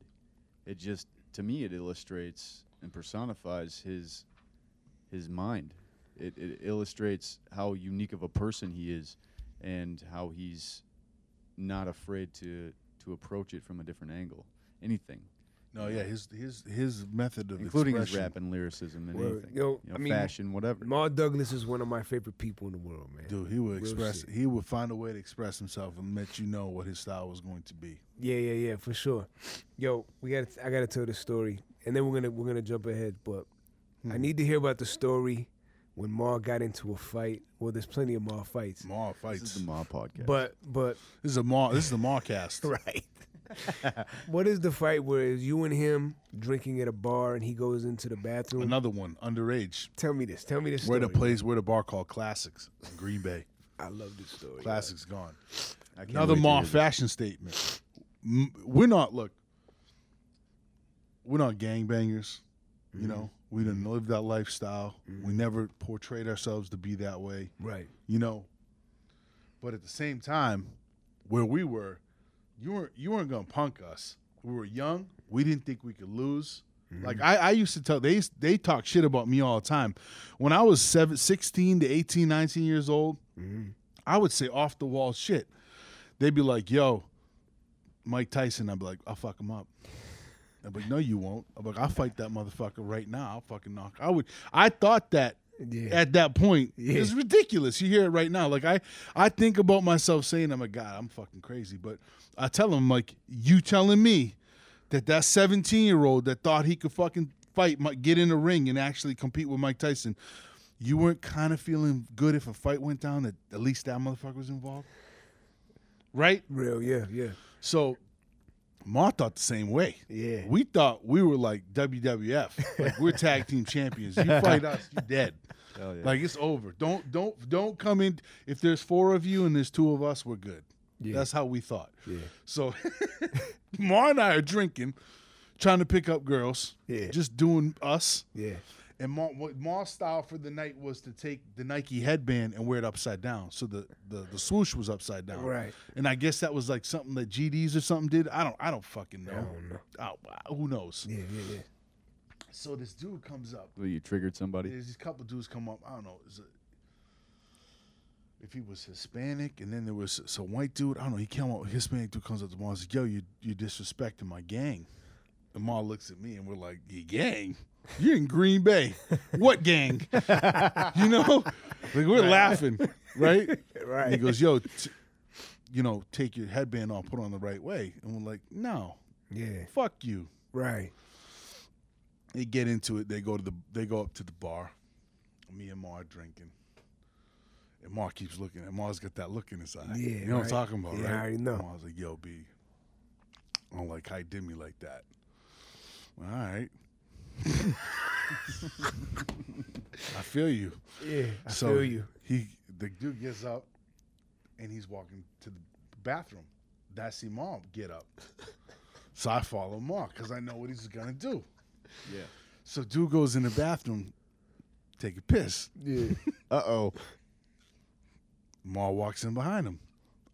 Speaker 3: it just to me it illustrates and personifies his his mind. It, it illustrates how unique of a person he is, and how he's not afraid to to approach it from a different angle. Anything,
Speaker 11: No, yeah, his his his method of
Speaker 3: including his
Speaker 11: expression.
Speaker 3: rap and lyricism and
Speaker 9: Word.
Speaker 3: anything,
Speaker 9: Yo,
Speaker 3: you
Speaker 9: I mean,
Speaker 3: fashion, whatever.
Speaker 9: Mar Douglas is one of my favorite people in the world, man.
Speaker 11: Dude, he would
Speaker 9: Real
Speaker 11: express.
Speaker 9: shit.
Speaker 11: He would find a way to express himself and let you know what his style was going to be.
Speaker 9: Yeah, yeah, yeah, for sure. Yo, we got. to I gotta tell the story, and then we're gonna we're gonna jump ahead. But
Speaker 3: Hmm.
Speaker 9: I
Speaker 11: Hmm.
Speaker 9: need to hear about the story when Mar got into a fight. Well, there's plenty of Mar fights,
Speaker 11: Maw
Speaker 3: this
Speaker 11: fights.
Speaker 3: is the Ma podcast.
Speaker 9: but but
Speaker 11: This is a Maw. This is the Maw [laughs] cast.
Speaker 9: [laughs] right. what is the fight where it's you and him drinking at a bar, and he goes into the bathroom?
Speaker 11: Another one, underage.
Speaker 9: Tell me this. Tell me this.
Speaker 11: We're at a
Speaker 9: story.
Speaker 11: place. We're at a bar called Classics, in Green
Speaker 3: [laughs]
Speaker 11: Bay.
Speaker 9: I love this story.
Speaker 11: Classics gone.
Speaker 3: I can't
Speaker 11: Another
Speaker 3: wait to
Speaker 11: Maw
Speaker 3: hear this.
Speaker 11: fashion statement. M- We're not look. We're not gangbangers.
Speaker 3: Mm-hmm.
Speaker 11: You know, we didn't live that lifestyle. We never portrayed ourselves to be that way.
Speaker 9: Right.
Speaker 11: you know. But at the same time, where we were, you weren't you weren't gonna punk us. We were young. We didn't think we could lose. Like I, I used to tell they used- they talk shit about me all the time. When I was seven, 16 to 18, 19 years old, I would say off the wall shit. They'd be like, "Yo, Mike Tyson." I'd be like, "I'll fuck him up." I'd be like, "No, you won't." I'm like, "I'll fight that motherfucker right now. I'll fucking knock." I would. I thought that
Speaker 9: Yeah.
Speaker 11: at that point
Speaker 9: Yeah.
Speaker 11: it's ridiculous. You hear it right now. Like I, I think about myself saying, "I'm a god. I'm fucking crazy." But I tell him like, "You telling me that that 17 year old that thought he could fucking fight, might get in the ring and actually compete with Mike Tyson, you weren't kind of feeling good if a fight went down that at least that motherfucker was involved, right?"
Speaker 9: Real. Yeah. Yeah.
Speaker 11: So Ma thought the same way.
Speaker 9: Yeah.
Speaker 11: We thought we were like WWF. Like we're tag team champions. You fight us, you dead.
Speaker 3: Hell yeah.
Speaker 11: Like it's over. Don't don't don't come in if there's four of you and there's two of us, we're good. That's how we thought. Yeah. So [laughs] Ma and I are drinking, trying to pick up girls.
Speaker 9: Yeah.
Speaker 11: Just doing us.
Speaker 9: Yeah.
Speaker 11: And Ma, what Ma's style for the night was to take the Nike headband and wear it upside down, so the, the the swoosh was upside down.
Speaker 9: Right.
Speaker 11: And I guess that was like something that GDs or something did. I don't I don't fucking know. Oh, who knows?
Speaker 9: Yeah. Yeah. Yeah.
Speaker 11: So this dude comes up.
Speaker 3: Well, you triggered somebody.
Speaker 11: There's these couple dudes come up. I don't know. It's a, if he was Hispanic, and then there was some white dude. I don't know. He came out Hispanic dude comes up to Ma and says, "Yo, you you disrespecting my gang." And Ma looks at me, and we're like, "Your gang? You're in Green Bay. What gang? [laughs] you know?" Like we're laughing, right? right. And he goes, "Yo, t- you know, take your headband off, put it on the right way." And we're like, "No,
Speaker 9: Yeah.
Speaker 11: fuck you."
Speaker 9: Right.
Speaker 11: They get into it. They go to the they go up to the bar. Me and Ma are drinking. And Ma keeps looking. And Ma's got that look in his eye.
Speaker 9: Yeah,
Speaker 11: you know what I'm
Speaker 9: right.
Speaker 11: talking about,
Speaker 9: Yeah,
Speaker 11: right?
Speaker 9: I already know.
Speaker 11: Ma's like, "Yo, B, I don't like how you did me like that." Well, all right. I feel you.
Speaker 9: Yeah. I
Speaker 11: so
Speaker 9: feel you.
Speaker 11: He the dude gets up, and he's walking to the bathroom. I see Ma get up. So I follow Ma because I know what he's gonna do.
Speaker 3: Yeah.
Speaker 11: So dude goes in the bathroom, take a piss.
Speaker 9: Yeah.
Speaker 3: Uh oh.
Speaker 11: Ma walks in behind him.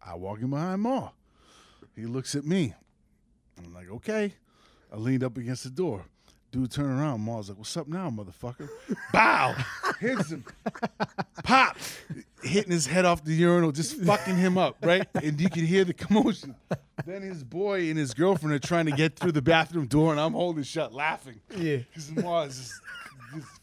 Speaker 11: I walk in behind Ma. He looks at me. I'm like, okay. I leaned up against the door. Dude turned around. Ma's like, what's up now, motherfucker? Bow. Hits him. Pop. Hitting his head off the urinal, just fucking him up, right? And you can hear the commotion. Then his boy and his girlfriend are trying to get through the bathroom door, and I'm holding shut, laughing.
Speaker 9: Yeah.
Speaker 11: Because Ma is just,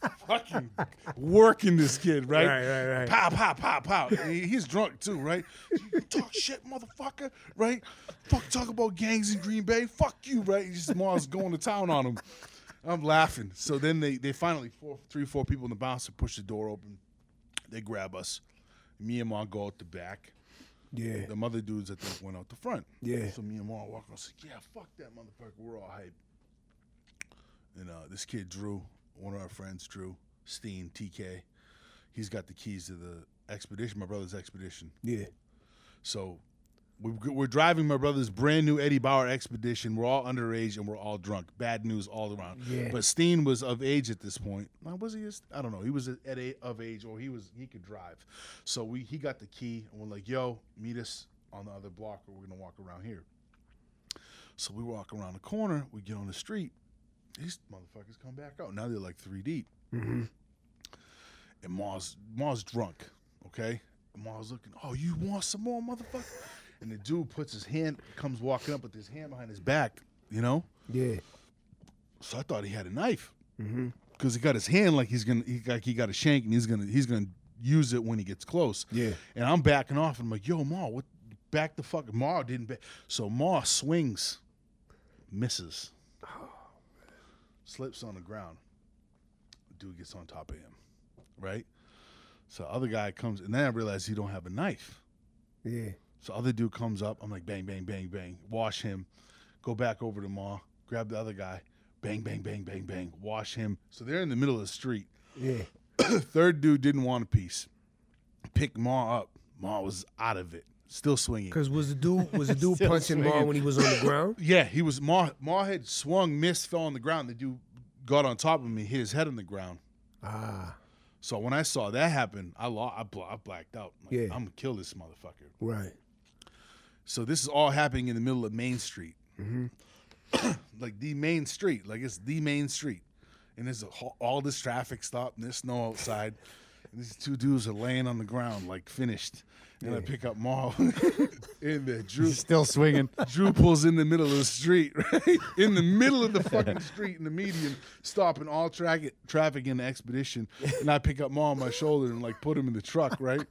Speaker 11: just fucking working this kid, right?
Speaker 9: Right, right, right.
Speaker 11: Pow, pow, pow, pow. And he- He's drunk too, right? You talk shit, motherfucker, right? Fuck, talk about gangs in Green Bay. Fuck you, right? He's just Mars going to town on him. I'm laughing. So then they, they finally, four, three, four people in the bouncer push the door open. They grab us. Me and Ma go out the back.
Speaker 9: Yeah.
Speaker 11: The mother dudes, I think, went out the front.
Speaker 9: Yeah.
Speaker 11: So me and Ma walk on. Said, yeah, fuck that motherfucker. We're all hype. And uh, this kid, Drew, one of our friends, Drew Steen, TK, he's got the keys to the expedition, my brother's expedition.
Speaker 9: Yeah.
Speaker 11: So we're, we're driving my brother's brand new Eddie Bauer expedition. We're all underage and we're all drunk. Bad news all around.
Speaker 9: Yeah.
Speaker 11: But Steen was of age at this point. Now, was he? Just, I don't know. He was at a, of age or he was he could drive. So we he got the key and we're like, yo, meet us on the other block or we're gonna walk around here. So we walk around the corner. We get on the street. These motherfuckers come back out. Now they're like three deep.
Speaker 9: Mm-hmm.
Speaker 11: And Ma's Ma's drunk. Okay. And Ma's looking. Oh, you want some more, motherfucker? And the dude puts his hand, comes walking up with his hand behind his back. You know.
Speaker 9: Yeah.
Speaker 11: So I thought he had a knife because he got his hand like he's gonna he, like he got a shank and he's gonna he's gonna use it when he gets close.
Speaker 9: Yeah.
Speaker 11: And I'm backing off and I'm like, yo, Ma, what? Back the fuck. Ma didn't. Ba-. So Ma swings, misses, slips on the ground. Dude gets on top of him, right? So other guy comes and then I realize he don't have a knife. [laughs]
Speaker 9: Yeah.
Speaker 11: So other dude comes up. I'm like, bang, bang, bang, bang. Wash him. Go back over to Ma. Grab the other guy. Bang, bang, bang, bang, bang. Wash him. So they're in the middle of the street.
Speaker 9: Yeah.
Speaker 11: [clears throat] Third dude didn't want a piece. Pick Ma up. Ma was out of it. Still swinging.
Speaker 9: Cause was the dude was the dude punching Ma when he was on the
Speaker 11: [laughs]
Speaker 9: ground?
Speaker 11: Yeah, he was. Ma, Ma had swung, missed, fell on the ground. The dude got on top of me, hit his head on the ground.
Speaker 9: Ah,
Speaker 11: So when I saw that happen, I lo- I, bla- I blacked out. Like,
Speaker 9: Yeah.
Speaker 11: I'm gonna kill this motherfucker.
Speaker 9: right.
Speaker 11: So this is all happening in the middle of Main Street, [clears throat] like the main street, like it's the main street, and there's a, ho- all this traffic stop and there's snow outside, [laughs] and these two dudes are laying on the ground like finished, and I pick up Marl, and then Drew
Speaker 3: Still swinging.
Speaker 11: Drew pulls in the middle of the street, [laughs] right? In the middle of the fucking street in the median, stopping all tra- traffic in the expedition. And I pick up Ma on my shoulder and like put him in the truck, right?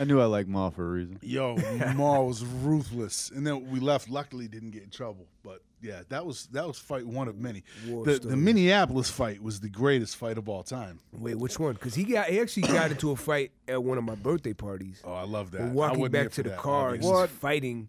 Speaker 3: I knew I liked Ma for a
Speaker 9: [laughs]
Speaker 3: reason.
Speaker 11: Yo, Ma was ruthless. And then we left, luckily didn't get in trouble. But yeah, that was that was fight one of many.
Speaker 9: War
Speaker 11: The,
Speaker 9: story.
Speaker 11: the Minneapolis fight was the greatest fight of all time.
Speaker 9: Wait, which one? Cause he got he actually got into a fight at one of my birthday parties.
Speaker 11: Oh, I love that.
Speaker 9: We're
Speaker 11: I
Speaker 9: walking
Speaker 11: wasn't here
Speaker 9: back
Speaker 11: for
Speaker 9: to the
Speaker 11: that,
Speaker 9: car,
Speaker 11: obviously.
Speaker 9: just fighting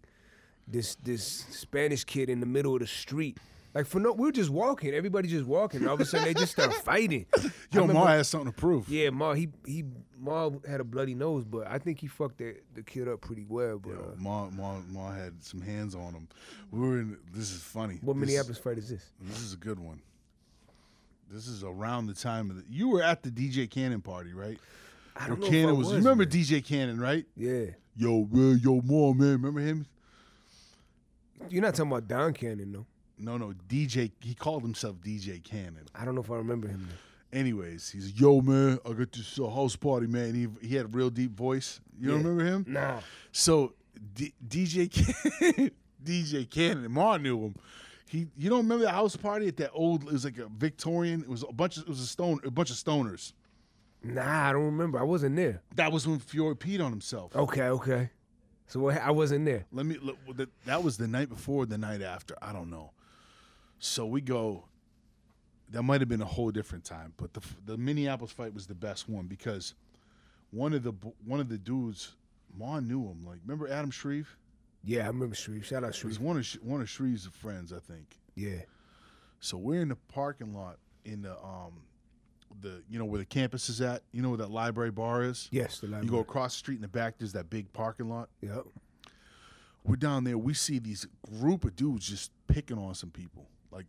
Speaker 9: this this Spanish kid in the middle of the street. Like for no, we were just walking. Everybody just walking. and All of a sudden, they just start
Speaker 11: [laughs]
Speaker 9: fighting. I
Speaker 11: Yo, Ma
Speaker 9: remember-
Speaker 11: has something to prove.
Speaker 9: Yeah, Ma. He he. Ma had a bloody nose, but I think he fucked that, the kid up pretty well. But
Speaker 11: Yo,
Speaker 9: uh,
Speaker 11: Ma, Ma, Ma had some hands on him. We were in. This is funny.
Speaker 9: what
Speaker 11: This-
Speaker 9: Minneapolis fight is this?
Speaker 11: This is a good one. This is around the time of the. You were at the DJ Cannon party, right?
Speaker 9: I
Speaker 11: Where
Speaker 9: don't know if
Speaker 11: Cannon
Speaker 9: I
Speaker 11: You remember
Speaker 9: man.
Speaker 11: DJ Cannon, right?
Speaker 9: Yeah,
Speaker 11: Yo, man, yo, mom, man. Remember him?
Speaker 9: you're not talking about Don Cannon, though.
Speaker 11: No, no, DJ. He called himself DJ Cannon,
Speaker 9: I don't know if I remember him. Though.
Speaker 11: Anyways, he's yo man, I got this uh, house party man. He he had a real deep voice. You don't remember him?
Speaker 9: Nah.
Speaker 11: So D- [laughs] DJ Can- DJ Cannon, Ma knew him. He you don't remember the house party at that old? It was like a Victorian. It was a bunch of it was a stone a bunch of stoners.
Speaker 9: Nah, I don't remember. I wasn't there.
Speaker 11: That was when Fiore peed on himself.
Speaker 9: Okay, okay. So what, I wasn't there.
Speaker 11: Let me. Look, well, that- that was the night before, the night after. I don't know. So we go. That might have been a whole different time, but the the Minneapolis fight was the best one because one of the bo- one of the dudes, Ma knew him. Like, remember Adam Shreve?
Speaker 9: Yeah, I remember Shreve. Shout out
Speaker 11: It was
Speaker 9: Shreve.
Speaker 11: one of Sh- one of Shreve's friends, I think.
Speaker 9: Yeah.
Speaker 11: So we're in the parking lot in the um the you know where the campus is at. You know where that library bar is.
Speaker 9: Yes, the
Speaker 11: You go
Speaker 9: library.
Speaker 11: across the street in the back. There's that big parking lot.
Speaker 9: Yep.
Speaker 11: we're down there. We see these group of dudes just picking on some people. Like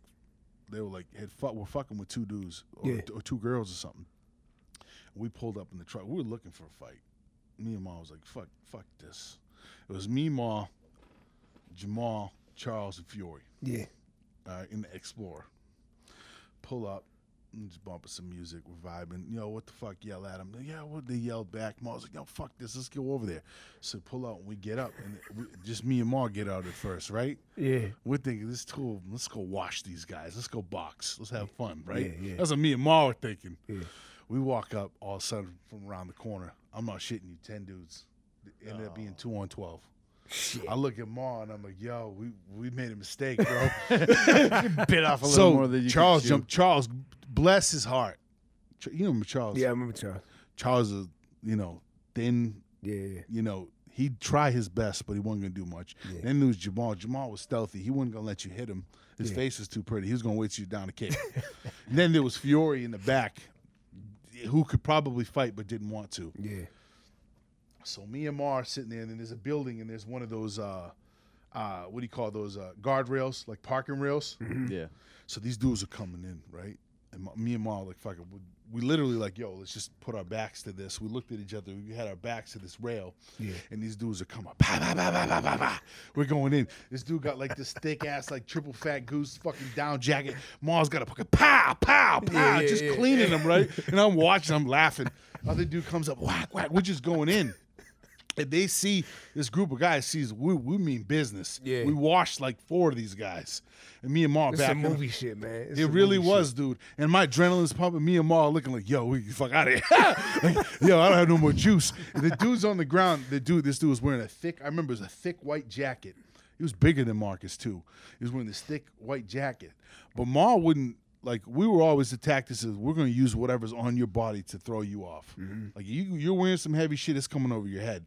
Speaker 11: they were like had fuck were fucking with two dudes or,
Speaker 9: Yeah.
Speaker 11: or two girls or something. We pulled up in the truck. We were looking for a fight. Me and Ma was like, "Fuck, fuck this." It was me, Ma, Jamal, Charles, and Fury
Speaker 9: Yeah.
Speaker 11: uh, in the Explorer. Pull up, and just bumping some music, we're vibing. Yo, what the fuck? Yell at them. Yeah, what? They yelled back. Ma was like, yo, fuck this. Let's go over there. So pull out, and we get up, and we, just me and Ma get out at first, right?
Speaker 9: Yeah.
Speaker 11: We're thinking this tool. Let's go wash these guys. Let's go box. Let's have fun, right?
Speaker 9: Yeah, yeah.
Speaker 11: That's what me and Ma were thinking. We walk up all of a sudden from around the corner. I'm not shitting you. Ten dudes. It ended up
Speaker 9: Oh.
Speaker 11: being two on twelve. I look at Ma and I'm like, "Yo, we we made a mistake,
Speaker 9: [laughs]
Speaker 11: bro."
Speaker 3: Bit off a little
Speaker 11: so
Speaker 3: more than you could
Speaker 11: Charles
Speaker 3: chew.
Speaker 11: jumped. Charles, bless his heart. Ch- You know Charles.
Speaker 9: Yeah, I remember Charles.
Speaker 11: Charles is you know thin.
Speaker 9: Yeah, yeah.
Speaker 11: You know he'd try his best, but he wasn't gonna do much. Then there was Jamal. Jamal was stealthy. He wasn't gonna let you hit him. His face was too pretty. He was gonna wait till you down the kick. and then there was Fury in the back, who could probably fight but didn't want to.
Speaker 9: Yeah.
Speaker 11: So me and Mar are sitting there, and then there's a building, and there's one of those. Uh, uh, what do you call those uh, guardrails, like parking rails?
Speaker 3: Yeah.
Speaker 11: So these dudes are coming in, right? And my, me and Ma like fucking, we, we literally like, yo, let's just put our backs to this. We looked at each other. We had our backs to this rail.
Speaker 9: Yeah.
Speaker 11: And these dudes are coming. Bah, bah, bah, bah, bah, bah, bah. We're going in. This dude got like this thick ass, like triple fat goose fucking down jacket. Ma's got a fucking pow, pow, pow,
Speaker 9: Yeah, yeah,
Speaker 11: just
Speaker 9: yeah.
Speaker 11: cleaning them, right? And I'm watching, I'm laughing. Other dude comes up, whack, whack. We're just going in. And they see this group of guys sees we, we mean business.
Speaker 9: Yeah.
Speaker 11: We washed like four of these guys. And me and Ma
Speaker 9: It's
Speaker 11: back
Speaker 9: some
Speaker 11: in-
Speaker 9: movie shit, man. It's
Speaker 11: it
Speaker 9: some
Speaker 11: really
Speaker 9: movie
Speaker 11: was, dude. And my adrenaline's pumping. Me and Ma are looking like, yo, we can fuck out of here. [laughs] Like, yo, I don't have no more juice. And the dude's on the ground. The dude, this dude was wearing a thick. I remember it was a thick white jacket. He was bigger than Marcus too. He was wearing this thick white jacket. But Ma wouldn't like. We were always the tactics is we're gonna use whatever's on your body to throw you off. Like you, you're wearing some heavy shit. It's coming over your head.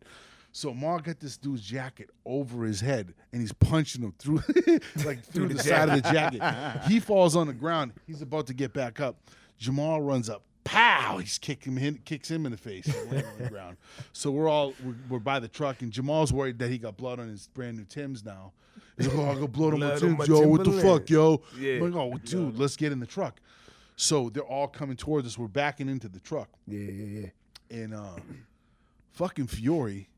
Speaker 11: So Ma got this dude's jacket over his head, and he's punching him through, [laughs] like through the side of the [laughs] jacket. He falls on the ground. He's about to get back up. Jamal runs up. Pow! He's kicking him, kicks him in the face, and lands on the [laughs] ground. So we're all we're, we're by the truck, and Jamal's worried that he got blood on his brand new Tim's now. He's like, "Oh, I got blood on my
Speaker 9: Blood on
Speaker 11: Tim's,
Speaker 9: my
Speaker 11: yo! What the
Speaker 9: Timberland."
Speaker 11: fuck, yo?"
Speaker 9: Yeah.
Speaker 11: I'm like, "Oh, dude, let's get in the truck." So they're all coming towards us. We're backing into the truck
Speaker 9: shit. Yeah, yeah, yeah.
Speaker 11: and uh, fucking Fiore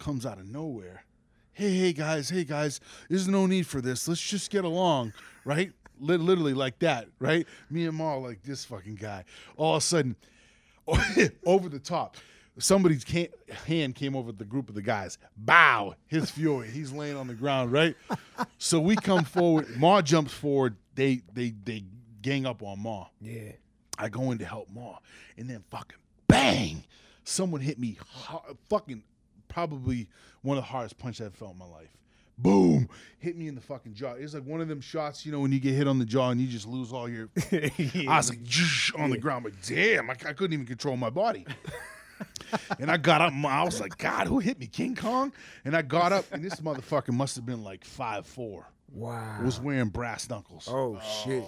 Speaker 11: comes out of nowhere. Hey, hey guys, hey guys, there's no need for this. Let's just get along, right? Lit- Literally like that, right? Me and Ma like this fucking guy. All of a sudden, [laughs] over the top. Somebody's can- hand came over the group of the guys. Bow, his fury. He's laying on the ground, right? So we come forward. Ma jumps forward. They they they gang up on Ma.
Speaker 9: Yeah.
Speaker 11: I go in to help Ma, and then fucking bang, someone hit me hard, fucking probably one of the hardest punches I've felt in my life. Boom, hit me in the fucking jaw. It's like one of them shots, you know, when you get hit on the jaw and you just lose all your. I was like "Zhoosh," on the ground, like damn, I, I couldn't even control my body. and I got up, Ma, I was like, God, who hit me, King Kong? And I got up, and this motherfucker must have been like five four.
Speaker 9: Wow.
Speaker 11: Was wearing brass knuckles
Speaker 9: oh, shit.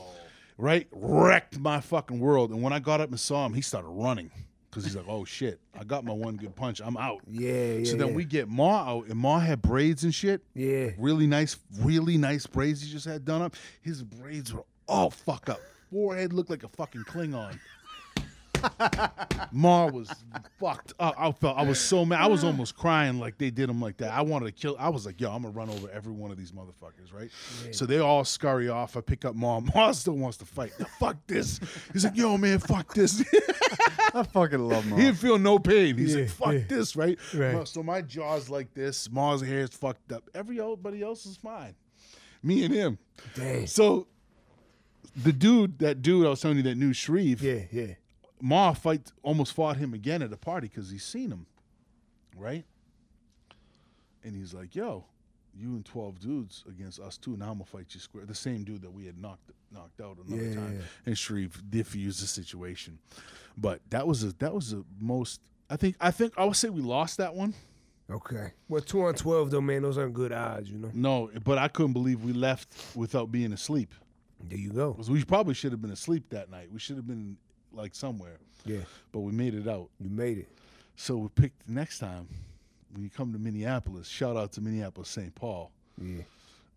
Speaker 11: right? Wrecked my fucking world. And when I got up and saw him, he started running because he's like, "Oh shit, I got my one good punch. I'm out."
Speaker 9: Yeah, yeah.
Speaker 11: so then
Speaker 9: yeah.
Speaker 11: we get Ma out, and Ma had braids and shit.
Speaker 9: Yeah.
Speaker 11: really nice, really nice braids he just had done up. His braids were all fuck up. Forehead looked like a fucking Klingon. Mar was fucked up. I felt I was so mad. I was almost crying like they did him like that. I wanted to kill. I was like, yo, I'm gonna run over every one of these motherfuckers, right? So they all scurry off. I pick up Mar. Mar still wants to fight. Now, fuck this. He's like, yo, man, fuck this. [laughs]
Speaker 3: I fucking love Mom.
Speaker 11: He didn't feel no pain. He's like,
Speaker 9: Yeah,
Speaker 11: fuck
Speaker 9: yeah.
Speaker 11: this, right?
Speaker 9: Right.
Speaker 11: Ma- So my jaw's like this. Ma's hair's fucked up. Everybody else is fine. Me and him.
Speaker 9: Dang.
Speaker 11: So the dude, that dude I was telling you that knew Shreve,
Speaker 9: Yeah, yeah.
Speaker 11: Ma fight almost fought him again at a party because he's seen him, right? And he's like, "Yo, you and twelve dudes against us two. Now I'm gonna fight you square." The same dude that we had knocked knocked out another
Speaker 9: Yeah,
Speaker 11: time,
Speaker 9: yeah.
Speaker 11: and Shreve diffused the situation. But that was a that was the most. I think I think I would say we lost that one.
Speaker 9: Okay. Well, two on twelve though, man, those aren't good odds, you know.
Speaker 11: No, but I couldn't believe we left without being asleep.
Speaker 9: There you go.
Speaker 11: 'Cause We probably should have been asleep that night. We should have been like somewhere,
Speaker 9: Yeah,
Speaker 11: but we made it out.
Speaker 9: you made it.
Speaker 11: So we picked the next time when you come to Minneapolis. Shout out to Minneapolis St. Paul.
Speaker 9: Yeah.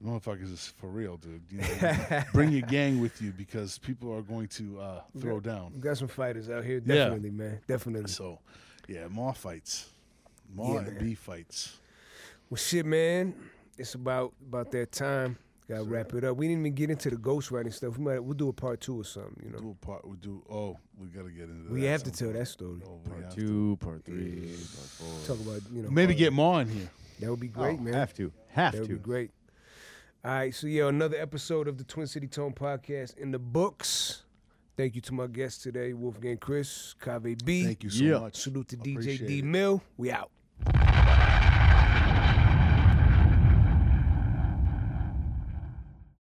Speaker 11: Motherfuckers is for real, dude. You know, bring your gang with you because people are going to uh, throw
Speaker 9: We
Speaker 11: down.
Speaker 9: got some fighters out here,
Speaker 11: Yeah.
Speaker 9: definitely, man, definitely.
Speaker 11: So, yeah, more fights, more
Speaker 9: Yeah,
Speaker 11: and B fights.
Speaker 9: Well, shit, man, it's about about that time. Gotta wrap it up. We didn't even get into the ghostwriting stuff. We might we'll do a part two or something, you know.
Speaker 11: Do a part. We do. Oh, we gotta get into.
Speaker 9: We
Speaker 11: that
Speaker 9: have to
Speaker 11: sometime.
Speaker 9: tell that story.
Speaker 11: Oh, we
Speaker 3: Part
Speaker 11: have
Speaker 3: two, part three, part four.
Speaker 9: Talk about you know.
Speaker 11: to. Maybe
Speaker 9: all
Speaker 11: get Ma in here.
Speaker 9: that would be great,
Speaker 3: Oh,
Speaker 9: man.
Speaker 3: Have to. Have
Speaker 9: that would
Speaker 3: to.
Speaker 9: be great. All right, so yeah, another episode of the Twin City Tone Podcast in the books. Thank you to my guests today, Wolfgang Chris, Kave B.
Speaker 11: Thank you so
Speaker 3: Yeah.
Speaker 11: much.
Speaker 9: Salute to DJ
Speaker 11: Appreciate
Speaker 9: D
Speaker 11: it.
Speaker 9: Mill. We out.